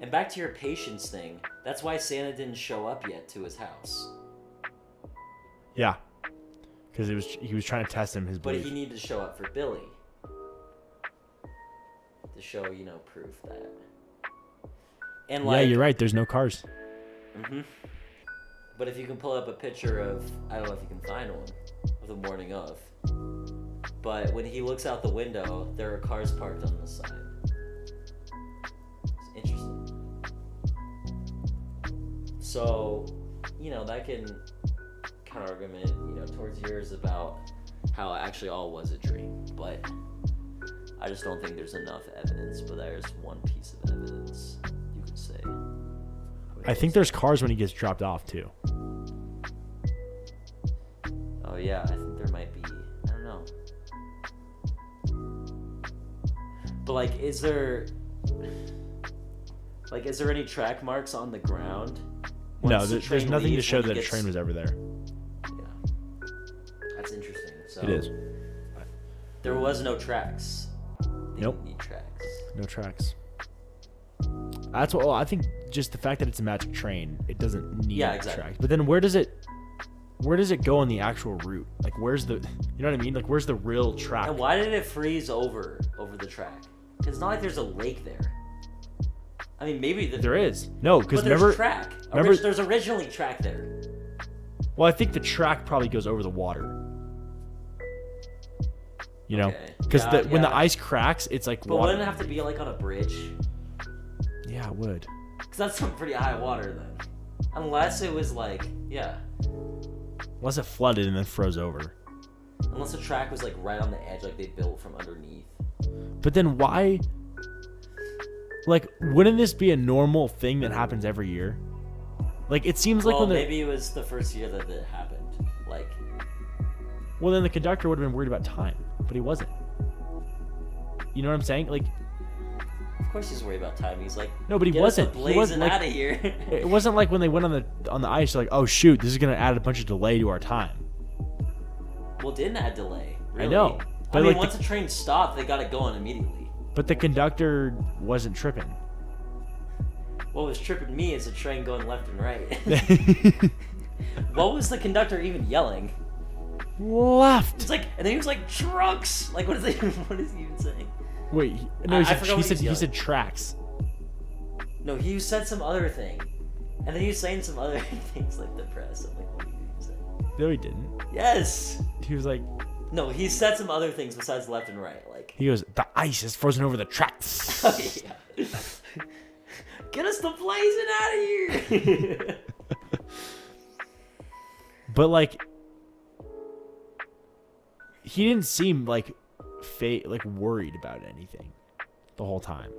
Speaker 4: And back to your patience thing, that's why Santa didn't show up yet to his house.
Speaker 3: Yeah. Because it was he was trying to test him his
Speaker 4: But
Speaker 3: belief.
Speaker 4: he needed to show up for Billy. To show, you know, proof that. And like,
Speaker 3: yeah, you're right. There's no cars.
Speaker 4: But if you can pull up a picture of, I don't know if you can find one, of the morning of. But when he looks out the window, there are cars parked on the side. It's interesting. So, you know, that can kind of argument, you know, towards yours about how it actually all was a dream. But I just don't think there's enough evidence. But there's one piece of evidence you could say.
Speaker 3: I think there's cars when he gets dropped off too.
Speaker 4: Oh yeah, I think there might be. I don't know. But like, is there like is there any track marks on the ground?
Speaker 3: No,
Speaker 4: Once the
Speaker 3: there,
Speaker 4: train
Speaker 3: there's nothing to
Speaker 4: leaves,
Speaker 3: show
Speaker 4: when he
Speaker 3: that a
Speaker 4: gets-
Speaker 3: train was ever there.
Speaker 4: Yeah. That's interesting. So
Speaker 3: It is.
Speaker 4: There was no tracks. They
Speaker 3: Nope.
Speaker 4: didn't need tracks.
Speaker 3: No tracks. That's what well, I think. Just the fact that it's a magic train, it doesn't need
Speaker 4: Yeah, exactly.
Speaker 3: tracks. But then where does it, where does it go on the actual route? Like where's the, you know what I mean? Like where's the real track?
Speaker 4: And why did it freeze over over the track? 'Cause It's not like there's a lake there. I mean, maybe the,
Speaker 3: There is no because
Speaker 4: but there's
Speaker 3: remember.
Speaker 4: track.
Speaker 3: remember-
Speaker 4: Orig- there's originally track there.
Speaker 3: Well, I think the track probably goes over the water. You know,
Speaker 4: Okay.
Speaker 3: because
Speaker 4: Yeah,
Speaker 3: the when the
Speaker 4: yeah.
Speaker 3: ice cracks, it's like
Speaker 4: But
Speaker 3: water.
Speaker 4: wouldn't it have to be like on a bridge?
Speaker 3: yeah, it would.
Speaker 4: Because that's some pretty high water then. Unless it was like, yeah.
Speaker 3: Unless it flooded and then froze over.
Speaker 6: Unless the track was like right on the edge, like they built from underneath.
Speaker 3: But then why? Like, wouldn't this be a normal thing that happens every year? Like, it seems like
Speaker 4: well,
Speaker 3: when the
Speaker 4: maybe it was the first year that it happened. Like,
Speaker 3: well, then the conductor would have been worried about time, but he wasn't. You know what I'm saying? Like,
Speaker 4: of course he's worried about time. He's like,
Speaker 3: No, but he
Speaker 4: "Get
Speaker 3: wasn't.
Speaker 4: Us
Speaker 3: He
Speaker 4: a blazing
Speaker 3: wasn't, like-
Speaker 4: out of here.
Speaker 3: it wasn't like when they went on the on the ice. Like, oh shoot, this is gonna add a bunch of delay to our time.
Speaker 4: well, didn't add delay. Really.
Speaker 3: know,
Speaker 4: I
Speaker 3: but,
Speaker 4: mean,
Speaker 3: like, the-
Speaker 4: once the train stopped, they got it going immediately.
Speaker 3: But the conductor wasn't tripping.
Speaker 4: What was tripping me is a train going left and right. what was the conductor even yelling?
Speaker 3: Left.
Speaker 4: It's like, and then he was like trucks. Like, what is he? What is he even saying?
Speaker 3: Wait, he- no,
Speaker 4: I- I
Speaker 3: he said,
Speaker 4: forgot
Speaker 3: he,
Speaker 4: what he
Speaker 3: said
Speaker 4: was
Speaker 3: he
Speaker 4: yelling.
Speaker 3: said tracks.
Speaker 4: No, he said some other thing, and then he was saying some other things like the press. I'm like, what did he even say?
Speaker 3: No, he didn't.
Speaker 4: Yes.
Speaker 3: He was like,
Speaker 4: No, he said some other things besides left and right. Like,
Speaker 3: he goes, the ice is frozen over the tracks.
Speaker 4: Oh, yeah. get us the blazing out of here.
Speaker 3: But like, he didn't seem like fate like worried about anything the whole time.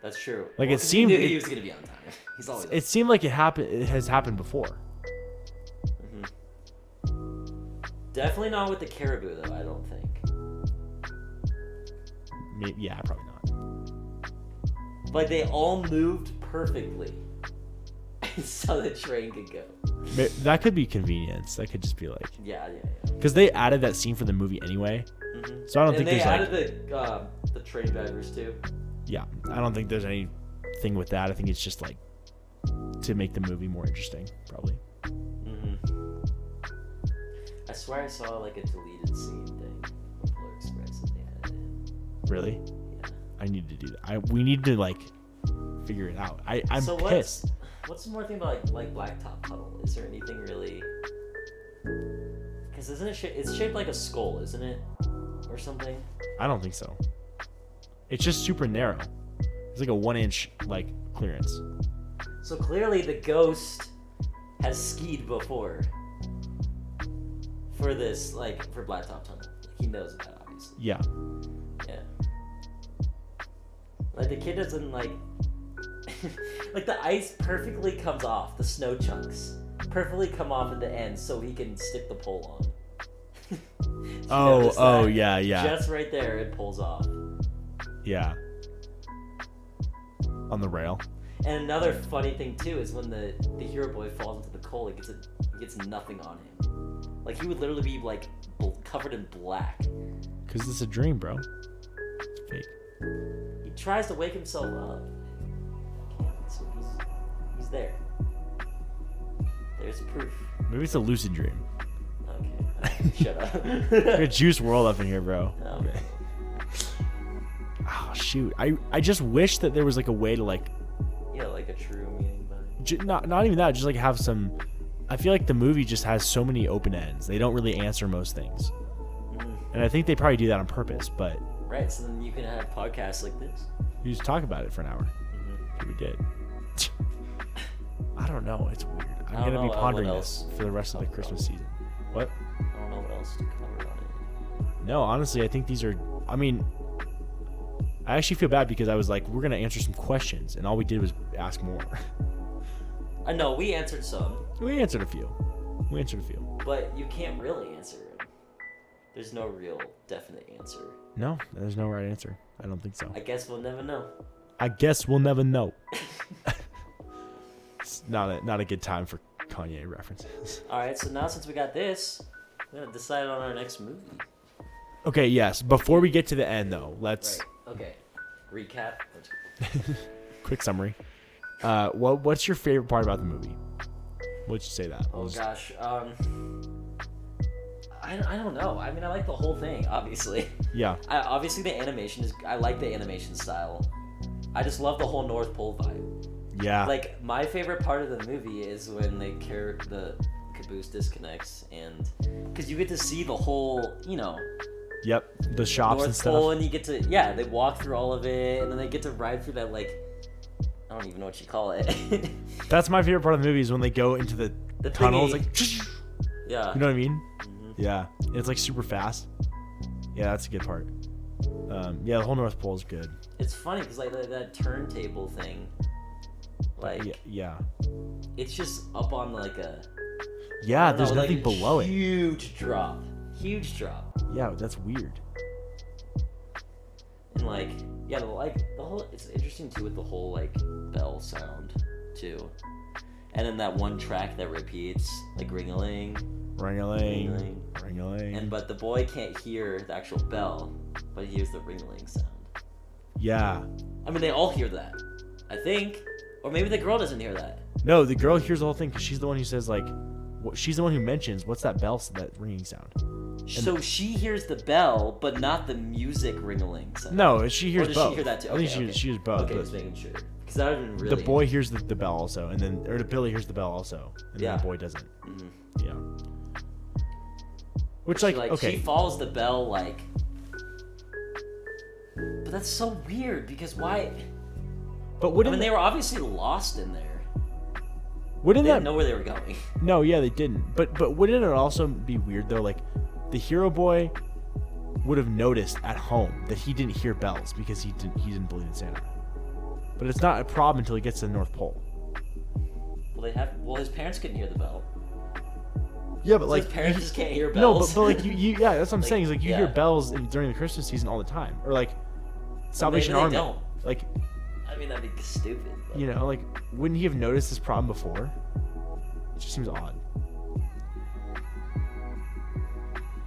Speaker 4: That's true.
Speaker 3: Like, it
Speaker 4: 'cause
Speaker 3: seemed-
Speaker 4: he, knew he
Speaker 3: it-
Speaker 4: was gonna be on time. He's always.
Speaker 3: It seemed like it happened. It has happened before.
Speaker 4: Definitely not with the caribou though. I don't think.
Speaker 3: Maybe, yeah, probably not.
Speaker 4: Like they all moved perfectly, so the train could go.
Speaker 3: May- That could be convenience. That could just be like
Speaker 4: Yeah, yeah, yeah.
Speaker 3: because they added that scene for the movie anyway. So I don't
Speaker 4: Mm-hmm.
Speaker 3: think
Speaker 4: and they
Speaker 3: there's
Speaker 4: added
Speaker 3: like
Speaker 4: the uh, the train drivers too.
Speaker 3: yeah, I don't think there's anything with that. I think it's just like to make the movie more interesting, probably.
Speaker 4: I swear I saw like a deleted scene thing from Polar Express and they added it.
Speaker 3: Really,
Speaker 4: Yeah.
Speaker 3: I need to do that. I we need to like figure it out. I I'm
Speaker 4: so
Speaker 3: pissed.
Speaker 4: what's what's the more thing about like, like blacktop puddle? Is there anything really? Because isn't it? Sh- it's shaped like a skull, isn't it, or something?
Speaker 3: I don't think so. It's just super narrow. It's like a one inch like clearance.
Speaker 4: So clearly the ghost has skied before for this, like for Blacktop Tunnel. Like, he knows about it, obviously.
Speaker 3: Yeah.
Speaker 4: Yeah. Like the kid doesn't like like the ice perfectly comes off, the snow chunks perfectly come off at the end so he can stick the pole on. You
Speaker 3: Oh,
Speaker 4: notice
Speaker 3: oh,
Speaker 4: that?
Speaker 3: yeah, yeah.
Speaker 4: Just right there it pulls off.
Speaker 3: Yeah. On the rail.
Speaker 4: And another funny thing too is when the the hero boy falls into the coal, it gets it gets nothing on him. Like he would literally be like bl- covered in black.
Speaker 3: Cause it's a dream, bro. It's fake.
Speaker 4: He tries to wake himself up. Can't, so he's he's there. There's proof.
Speaker 3: Maybe it's a lucid dream.
Speaker 4: Okay, alright, shut up.
Speaker 3: You're a juice world up in here, bro.
Speaker 4: Um,
Speaker 3: Oh shoot. I I just wish that there was like a way to like
Speaker 4: yeah, like a true meaning behind.
Speaker 3: j- not not even that, just like have some I feel like the movie just has so many open ends. They don't really answer most things.
Speaker 4: Mm.
Speaker 3: And I think they probably do that on purpose, but
Speaker 4: Right, so then you can have podcasts like this.
Speaker 3: you just talk about it for an hour.
Speaker 4: Mm-hmm.
Speaker 3: We did. I don't know. It's weird. I'm
Speaker 4: I don't
Speaker 3: gonna be
Speaker 4: know, uh, what
Speaker 3: pondering
Speaker 4: else
Speaker 3: this for the rest of the
Speaker 4: talk about?
Speaker 3: Christmas season. What?
Speaker 4: I don't know what else to cover on it.
Speaker 3: No, honestly, I think these are. I mean, I actually feel bad because I was like, we're gonna answer some questions, and all we did was ask more.
Speaker 4: I know we answered some,
Speaker 3: we answered a few. We answered a few.
Speaker 4: but you can't really answer them. There's no real definite answer.
Speaker 3: No, there's no right answer. I don't think so.
Speaker 4: I guess we'll never know.
Speaker 3: I guess we'll never know. it's not a not a good time for Kanye references.
Speaker 4: All right, so now since we got this, we're gonna decide on our next movie.
Speaker 3: Okay, yes. Before we get to the end, though, let's
Speaker 4: Right. Okay. Recap.
Speaker 3: quick summary. Uh, what what's your favorite part about the movie? Would you say that?
Speaker 4: Oh gosh. Um. I, I don't know. I mean, I like the whole thing. Obviously,
Speaker 3: Yeah,
Speaker 4: I obviously the animation is. I like the animation style. I just love the whole North Pole vibe.
Speaker 3: yeah.
Speaker 4: Like my favorite part of the movie is when they care the caboose disconnects and because you get to see the whole you know
Speaker 3: yep. The shops and
Speaker 4: North
Speaker 3: stuff.
Speaker 4: Pole, and you get to yeah, they walk through all of it, and then they get to ride through that like I don't even know what you call it.
Speaker 3: That's my favorite part of the movie is when they go into the,
Speaker 4: The Mm-hmm.
Speaker 3: tunnels,
Speaker 4: thingy.
Speaker 3: like
Speaker 4: Yeah.
Speaker 3: You know what I mean? Yeah. And it's like super fast. Yeah, that's a good part. Um, yeah, the whole North Pole is good.
Speaker 4: It's funny because like that, that turntable thing, like
Speaker 3: Yeah, yeah,
Speaker 4: it's just up on like a
Speaker 3: yeah.
Speaker 4: I don't
Speaker 3: There's
Speaker 4: know, like,
Speaker 3: nothing below it.
Speaker 4: Huge drop, huge drop,
Speaker 3: Yeah, that's weird.
Speaker 4: and like yeah, the, like the whole. It's interesting too with the whole like bell sound too, and then that one track that repeats like ring-a-ling,
Speaker 3: Ring a ling,
Speaker 4: ring-a-ling,
Speaker 3: ring a ling.
Speaker 4: and but the boy can't hear the actual bell, but he hears the ring-a-ling sound.
Speaker 3: Yeah.
Speaker 4: I mean, they all hear that, I think, or maybe the girl doesn't hear that.
Speaker 3: No, the girl hears the whole thing because she's the one who says like, what, she's the one who mentions what's that bell s- that ringing sound.
Speaker 4: So she hears the bell, but not the music ringling. sound.
Speaker 3: No, she hears
Speaker 4: does she
Speaker 3: both.
Speaker 4: hear that too?
Speaker 3: I think
Speaker 4: Okay,
Speaker 3: she,
Speaker 4: okay.
Speaker 3: she hears both.
Speaker 4: Okay,
Speaker 3: but
Speaker 4: just making sure. Because that would have been
Speaker 3: the
Speaker 4: really.
Speaker 3: boy hears the, the bell also, and then or the Billy hears the bell also, and then
Speaker 4: Yeah.
Speaker 3: the boy doesn't.
Speaker 4: Mhm.
Speaker 3: Yeah. Which
Speaker 4: She,
Speaker 3: like,
Speaker 4: like,
Speaker 3: okay,
Speaker 4: she follows the bell like. But that's so weird because why?
Speaker 3: but
Speaker 4: I
Speaker 3: wouldn't
Speaker 4: mean, they were obviously lost in there.
Speaker 3: wouldn't
Speaker 4: They
Speaker 3: that
Speaker 4: didn't know where they were going.
Speaker 3: No, yeah, they didn't. But but wouldn't it also be weird though? Like, the hero boy would have noticed at home that he didn't hear bells because he didn't he didn't believe in Santa. But it's not a problem until he gets to the North Pole.
Speaker 4: Well, they have. Well, his parents couldn't hear the bell.
Speaker 3: Yeah, but
Speaker 4: Like his parents just can't hear
Speaker 3: no,
Speaker 4: bells.
Speaker 3: but, but like you, you yeah, that's what I'm
Speaker 4: Like,
Speaker 3: saying. Is like you hear
Speaker 4: yeah.
Speaker 3: bells in, during the Christmas season all the time, or like Salvation
Speaker 4: they
Speaker 3: Army.
Speaker 4: don't.
Speaker 3: Like
Speaker 4: I mean, that'd be stupid. But
Speaker 3: you know, like wouldn't he have noticed this problem before? It just seems odd.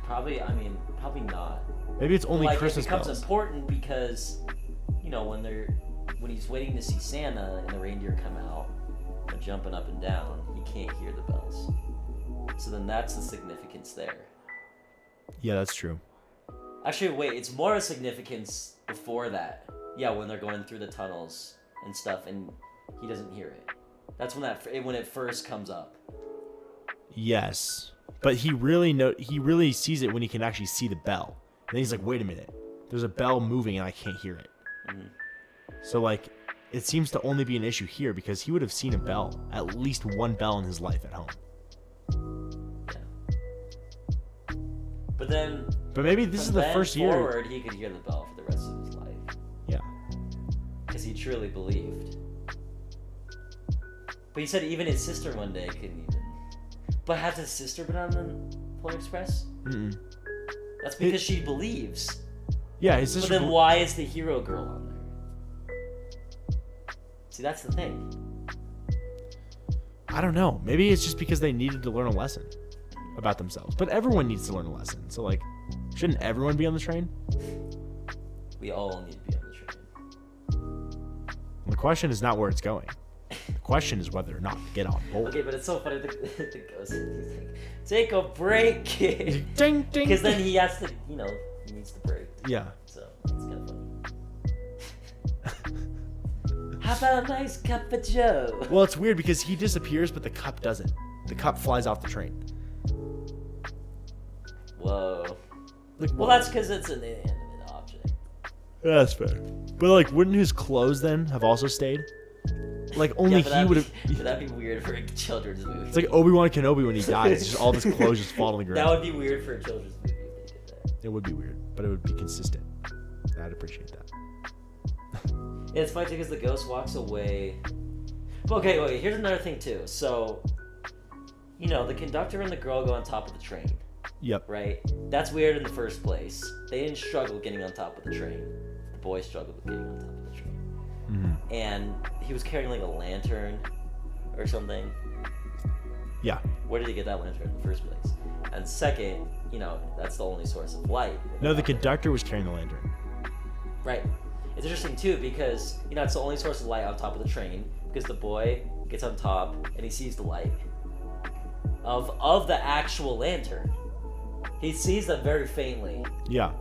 Speaker 4: probably. I mean, probably not.
Speaker 3: Maybe it's only
Speaker 4: like
Speaker 3: Christmas
Speaker 4: it becomes
Speaker 3: bells.
Speaker 4: important because you know when they're when he's waiting to see Santa and the reindeer come out, they're jumping up and down. He can't hear the bells, so then that's the significance there.
Speaker 3: Yeah, that's true.
Speaker 4: Actually, wait, it's more of significance before that. Yeah, when they're going through the tunnels and stuff, and he doesn't hear it. That's when that when it first comes up.
Speaker 3: Yes, but he really know he really sees it when he can actually see the bell. And then he's like, "Wait a minute, there's a bell moving and I can't hear it."
Speaker 4: Mm-hmm.
Speaker 3: So like, it seems to only be an issue here because he would have seen a bell, at least one bell in his life at home.
Speaker 4: Yeah. But then
Speaker 3: But maybe this
Speaker 4: from
Speaker 3: is the
Speaker 4: then
Speaker 3: first year.
Speaker 4: forward, he could hear the bell for the rest of his life.
Speaker 3: Yeah,
Speaker 4: because he truly believed. But he said even his sister one day couldn't even. But has his sister been on the Polar Express?
Speaker 3: Mm-mm.
Speaker 4: That's because she believes.
Speaker 3: yeah. His
Speaker 4: But
Speaker 3: sister.
Speaker 4: then why is the hero girl on there? See, that's the thing.
Speaker 3: I don't know. Maybe it's just because they needed to learn a lesson about themselves. But everyone needs to learn a lesson. So like, shouldn't everyone be on the train?
Speaker 4: We all need to be on the train.
Speaker 3: The question is not where it's going. The question is whether or not to get on board.
Speaker 4: Okay, but it's so funny. The, the ghost he's like, take a break, kid.
Speaker 3: Ding ding.
Speaker 4: Because then he has to, you know, he needs to break.
Speaker 3: Yeah.
Speaker 4: So it's kind of funny. How about a nice cup of Joe?
Speaker 3: Well, it's weird because he disappears, but the cup doesn't. The cup flies off the train.
Speaker 4: Whoa.
Speaker 3: Like,
Speaker 4: Well, that's because it's an inanimate object.
Speaker 3: that's fair. But like, wouldn't his clothes then have also stayed? Like
Speaker 4: Yeah,
Speaker 3: only
Speaker 4: but
Speaker 3: he
Speaker 4: that'd
Speaker 3: would
Speaker 4: be-
Speaker 3: have.
Speaker 4: but That'd be weird for a children's movie.
Speaker 3: It's like oh, Obi Wan Kenobi when he dies. just all of his clothes just fall on the ground.
Speaker 4: that would be weird for a children's movie if they did that.
Speaker 3: It would be weird, but it would be consistent. I'd appreciate that.
Speaker 4: And it's funny because the ghost walks away. But okay, wait. Here's another thing too. So, you know, the conductor and the girl go on top of the train,
Speaker 3: Yep.
Speaker 4: right? That's weird in the first place. They didn't struggle getting on top of the train. The boy struggled with getting on top of the train.
Speaker 3: Mm-hmm.
Speaker 4: And he was carrying like a lantern or something.
Speaker 3: Yeah.
Speaker 4: where did he get that lantern in the first place? And second, you know, that's the only source of light.
Speaker 3: No, the conductor was carrying the lantern.
Speaker 4: Right. It's interesting too because you know it's the only source of light on top of the train because the boy gets on top and he sees the light of of the actual lantern. He sees them very faintly,
Speaker 3: Yeah.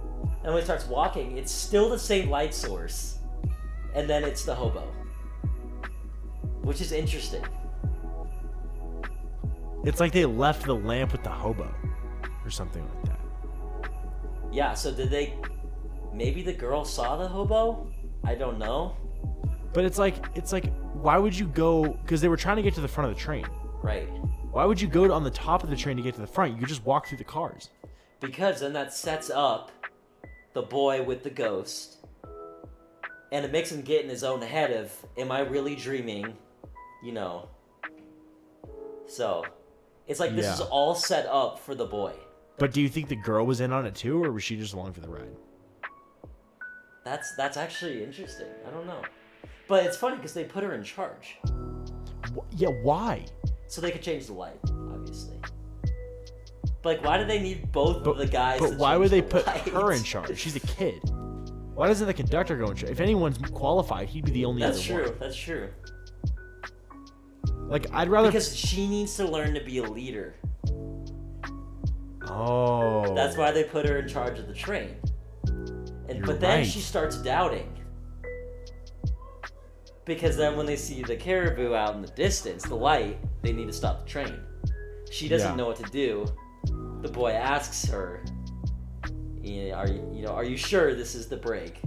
Speaker 4: and when he starts walking, it's still the same light source, and then it's the hobo, which is interesting.
Speaker 3: It's like they left the lamp with the hobo, or something like that.
Speaker 4: Yeah. So did they? Maybe the girl saw the hobo. I don't know.
Speaker 3: But it's like it's like why would you go? Because they were trying to get to the front of the train.
Speaker 4: Right.
Speaker 3: Why would you go to, on the top of the train to get to the front? You could just walk through the cars.
Speaker 4: Because then that sets up the boy with the ghost. And it makes him get in his own head of, am I really dreaming? You know. So, it's like this is
Speaker 3: Yeah.
Speaker 4: all set up for the boy.
Speaker 3: But do you think the girl was in on it too, or was she just along for the ride?
Speaker 4: That's that's actually interesting. I don't know. But it's funny because they put her in charge.
Speaker 3: Wh- yeah, why?
Speaker 4: So they could change the light, obviously. But like, why do they need both
Speaker 3: But
Speaker 4: of the guys?
Speaker 3: But
Speaker 4: to
Speaker 3: why
Speaker 4: change
Speaker 3: would they
Speaker 4: the
Speaker 3: put
Speaker 4: light?
Speaker 3: her in charge? She's a kid. Why doesn't the conductor go in charge? If anyone's qualified, he'd be the only
Speaker 4: That's
Speaker 3: other
Speaker 4: true. That's true.
Speaker 3: one. Like I'd rather.
Speaker 4: Because she needs to learn to be a leader.
Speaker 3: oh.
Speaker 4: That's why they put her in charge of the train. And
Speaker 3: You're
Speaker 4: but then
Speaker 3: right.
Speaker 4: she starts doubting. Because then when they see the caribou out in the distance, the light, they need to stop the train. She doesn't
Speaker 3: Yeah.
Speaker 4: know what to do. The boy asks her, "Yeah, "Are you, you know, are you sure this is the break?"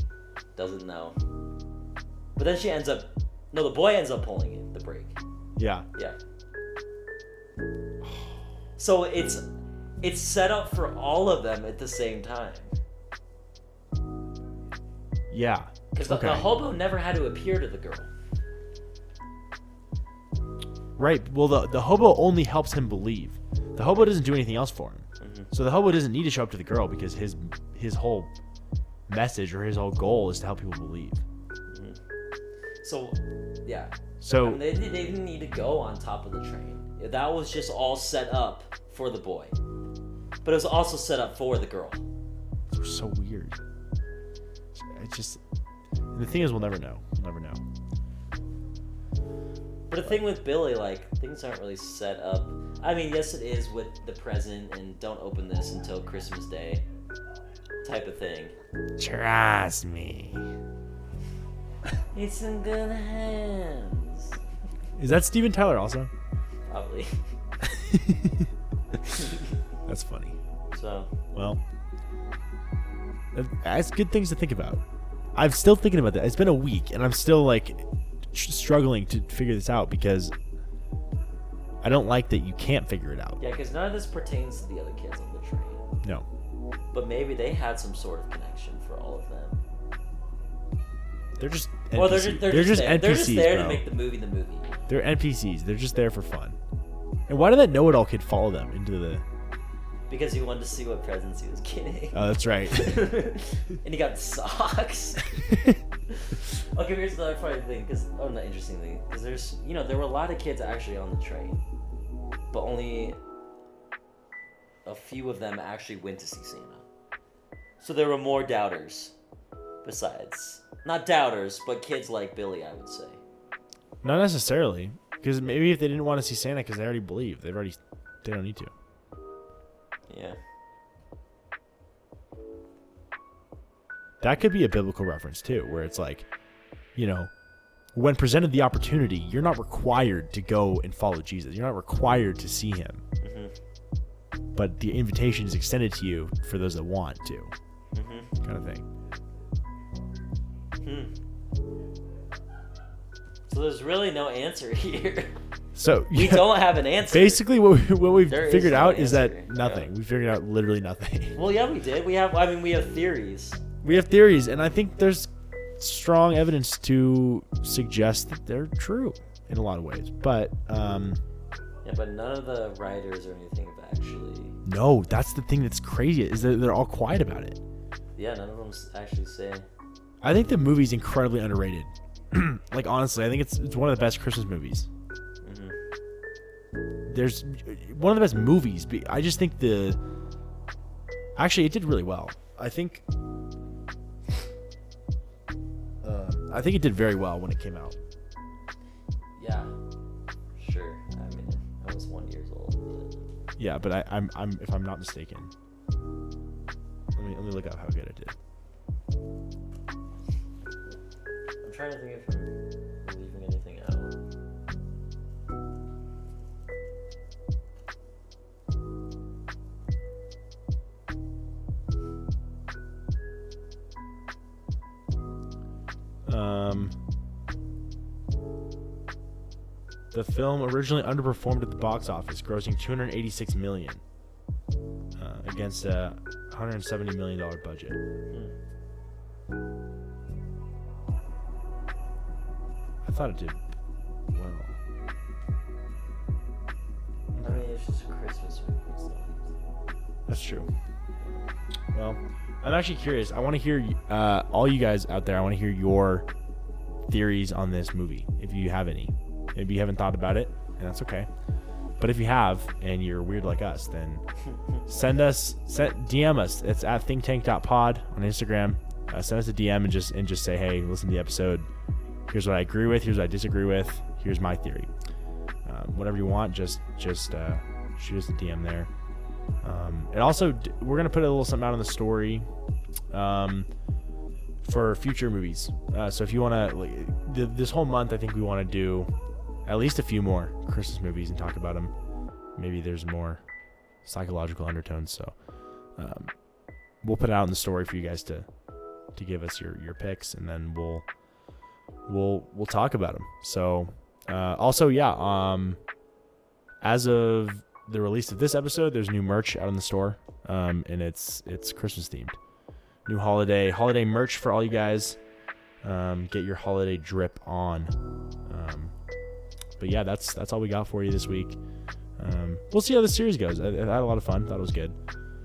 Speaker 4: Doesn't know. But then she ends up no, the boy ends up pulling it, the break.
Speaker 3: Yeah.
Speaker 4: Yeah. So it's it's set up for all of them at the same time.
Speaker 3: Yeah.
Speaker 4: Because the, the
Speaker 3: Okay.
Speaker 4: hobo never had to appear to the girl.
Speaker 3: Right. Well, the, the hobo only helps him believe. The hobo doesn't do anything else for him.
Speaker 4: Mm-hmm.
Speaker 3: So the hobo doesn't need to show up to the girl because his his whole message or his whole goal is to help people believe.
Speaker 4: So, yeah. I mean,
Speaker 3: So
Speaker 4: they, they didn't need to go on top of the train. That was just all set up for the boy. But it was also set up for the girl.
Speaker 3: it's so weird. It's just and the thing is, we'll never know. We'll never know.
Speaker 4: But the thing with Billy, like, things aren't really set up. I mean, yes, it is with the present and don't open this until Christmas Day type of thing.
Speaker 3: Trust me.
Speaker 4: It's in good hands.
Speaker 3: Is that Steven Tyler also?
Speaker 4: Probably.
Speaker 3: That's funny.
Speaker 4: So,
Speaker 3: Well, that- that's good things to think about. I'm still thinking about that. It's been a week, and I'm still like tr- struggling to figure this out because I don't like that you can't figure it out.
Speaker 4: yeah, because none of this pertains to the other kids on the train.
Speaker 3: No,
Speaker 4: But maybe they had some sort of connection for all of them.
Speaker 3: they're just NPC.
Speaker 4: Or they're just, they're just, there.
Speaker 3: NPCs.
Speaker 4: they're just there
Speaker 3: bro.
Speaker 4: to make the movie the movie.
Speaker 3: They're NPCs. They're just there for fun. And why did that know-it-all kid follow them into the?
Speaker 4: Because he wanted to see what presents he was getting.
Speaker 3: Oh, that's right.
Speaker 4: and he got socks. okay, here's another funny thing. Because, oh, not interesting thing. Because there's, you know, there were a lot of kids actually on the train. But only a few of them actually went to see Santa. So there were more doubters. Besides, not doubters, but kids like Billy, I would say.
Speaker 3: Not necessarily, because maybe if they didn't want to see Santa, because they already believe, they've already, they don't need to.
Speaker 4: Yeah.
Speaker 3: That could be a biblical reference too, where it's like, you know, when presented the opportunity, you're not required to go and follow Jesus. You're not required to see him.
Speaker 4: Mm-hmm.
Speaker 3: But the invitation is extended to you for those that want to,
Speaker 4: Mm-hmm.
Speaker 3: kind of thing.
Speaker 4: So there's really no answer here.
Speaker 3: So
Speaker 4: We
Speaker 3: yeah,
Speaker 4: don't have an answer.
Speaker 3: basically what we, what we've
Speaker 4: There is
Speaker 3: figured
Speaker 4: no
Speaker 3: out is that
Speaker 4: answer,
Speaker 3: nothing. We figured out literally nothing.
Speaker 4: Well, yeah, we did. We have. I mean, we have theories.
Speaker 3: we have theories, and I think there's strong evidence to suggest that they're true in a lot of ways. But um,
Speaker 4: Yeah, but none of the writers or anything have actually.
Speaker 3: no, that's the thing that's crazy is that they're all quiet about it.
Speaker 4: Yeah, none of them s- actually say.
Speaker 3: I think the movie's incredibly underrated. like honestly, I think it's it's one of the best Christmas movies. There's one of the best movies. be- I just think the actually it did really well. I think uh, I think it did very well when it came out.
Speaker 4: Yeah, sure. I mean, I was one years old.
Speaker 3: Yeah, but I, I'm I'm if I'm not mistaken. Let me let me look up how good it did.
Speaker 4: But I'm trying to think if I'm leaving anything out.
Speaker 3: Um, The film originally underperformed at the box office, grossing 286 million uh, against a 170 million dollar budget. I thought it did well.
Speaker 4: I mean, it's just a Christmas movie. So.
Speaker 3: That's true. Well, I'm actually curious. I want to hear uh, all you guys out there. I want to hear your theories on this movie, if you have any. Maybe you haven't thought about it, and that's okay. But if you have, and you're weird like us, then send us, send, DM us. It's at thinktank.pod on Instagram. Uh, send us a DM and just and just say, hey, listen to the episode. Here's what I agree with. Here's what I disagree with. Here's my theory. Um, whatever you want, just just uh, shoot us a DM there. Um, and also, d- we're gonna put a little something out on the story um, for future movies. Uh, so if you wanna, like, th- this whole month, I think we want to do at least a few more Christmas movies and talk about them. Maybe there's more psychological undertones. So um, we'll put it out in the story for you guys to to give us your your picks, and then we'll we'll we'll talk about them. So uh, also, yeah. Um, as of the release of this episode, there's new merch out in the store, um, and it's it's Christmas themed. New holiday holiday merch for all you guys. Um, get your holiday drip on. Um, but yeah, that's that's all we got for you this week. Um, we'll see how this series goes. I, I had a lot of fun. Thought it was good.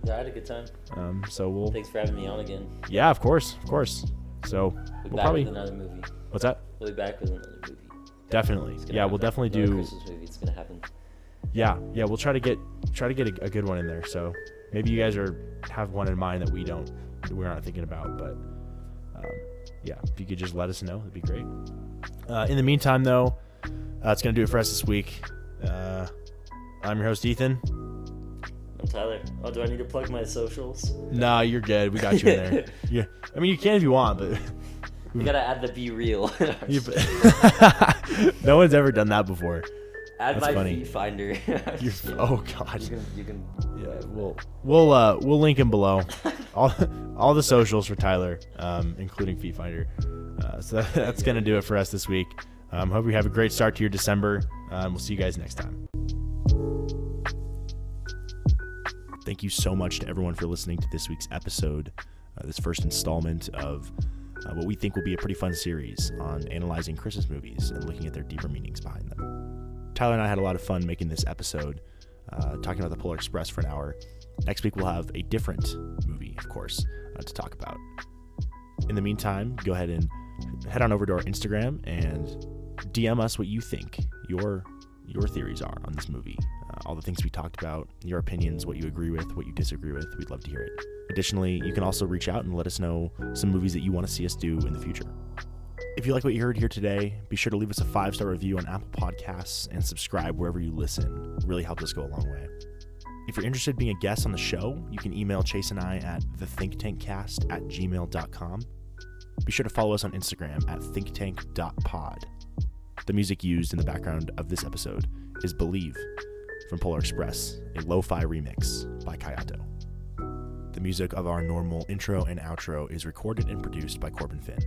Speaker 4: Yeah, I had a good time.
Speaker 3: Um, so we'll
Speaker 4: Thanks for having me on again.
Speaker 3: yeah, of course, of course. So
Speaker 4: We'll be
Speaker 3: we'll
Speaker 4: back
Speaker 3: probably
Speaker 4: with another movie.
Speaker 3: what's that?
Speaker 4: We'll be back with another movie. It's
Speaker 3: Definitely.
Speaker 4: gonna
Speaker 3: Yeah, we'll
Speaker 4: happen.
Speaker 3: definitely
Speaker 4: Another
Speaker 3: do.
Speaker 4: Christmas movie. It's gonna happen.
Speaker 3: Yeah, yeah, we'll try to get try to get a, a good one in there. So maybe you guys are have one in mind that we don't that we're not thinking about, but um, yeah, if you could just let us know, that'd be great. Uh, in the meantime, though, uh, it's gonna do it for us this week. Uh, I'm your host Ethan.
Speaker 4: I'm Tyler. Oh, do I need to plug my socials?
Speaker 3: Nah, you're good. We got you in there. yeah, I mean you can if you want, but
Speaker 4: We gotta add the be real. in our-
Speaker 3: Hmm. you- no one's ever done that before.
Speaker 4: add
Speaker 3: that's
Speaker 4: my
Speaker 3: funny.
Speaker 4: feet finder.
Speaker 3: You're, oh God.
Speaker 4: You can, you can.
Speaker 3: yeah, we'll we'll uh, we'll link him below, all all the socials for Tyler, um, including Feet Finder. Uh, so that's gonna do it for us this week. Um, hope you have a great start to your December. Um, we'll see you guys next time. Thank you so much to everyone for listening to this week's episode, uh, this first installment of uh, what we think will be a pretty fun series on analyzing Christmas movies and looking at their deeper meanings behind them. Tyler and I had a lot of fun making this episode, uh, talking about the Polar Express for an hour. Next week, we'll have a different movie, of course, uh, to talk about. In the meantime, go ahead and head on over to our Instagram and DM us what you think your your theories are on this movie, uh, all the things we talked about, your opinions, what you agree with, what you disagree with. We'd love to hear it. Additionally, you can also reach out and let us know some movies that you want to see us do in the future. If you like what you heard here today, be sure to leave us a five star review on Apple Podcasts and subscribe wherever you listen. It really helps us go a long way. If you're interested in being a guest on the show, you can email Chase and I at thethinktankcast at gmail.com. Be sure to follow us on Instagram at thinktank.pod. The music used in the background of this episode is Believe from Polar Express, a lo fi remix by Kayato. The music of our normal intro and outro is recorded and produced by Corbin Finn.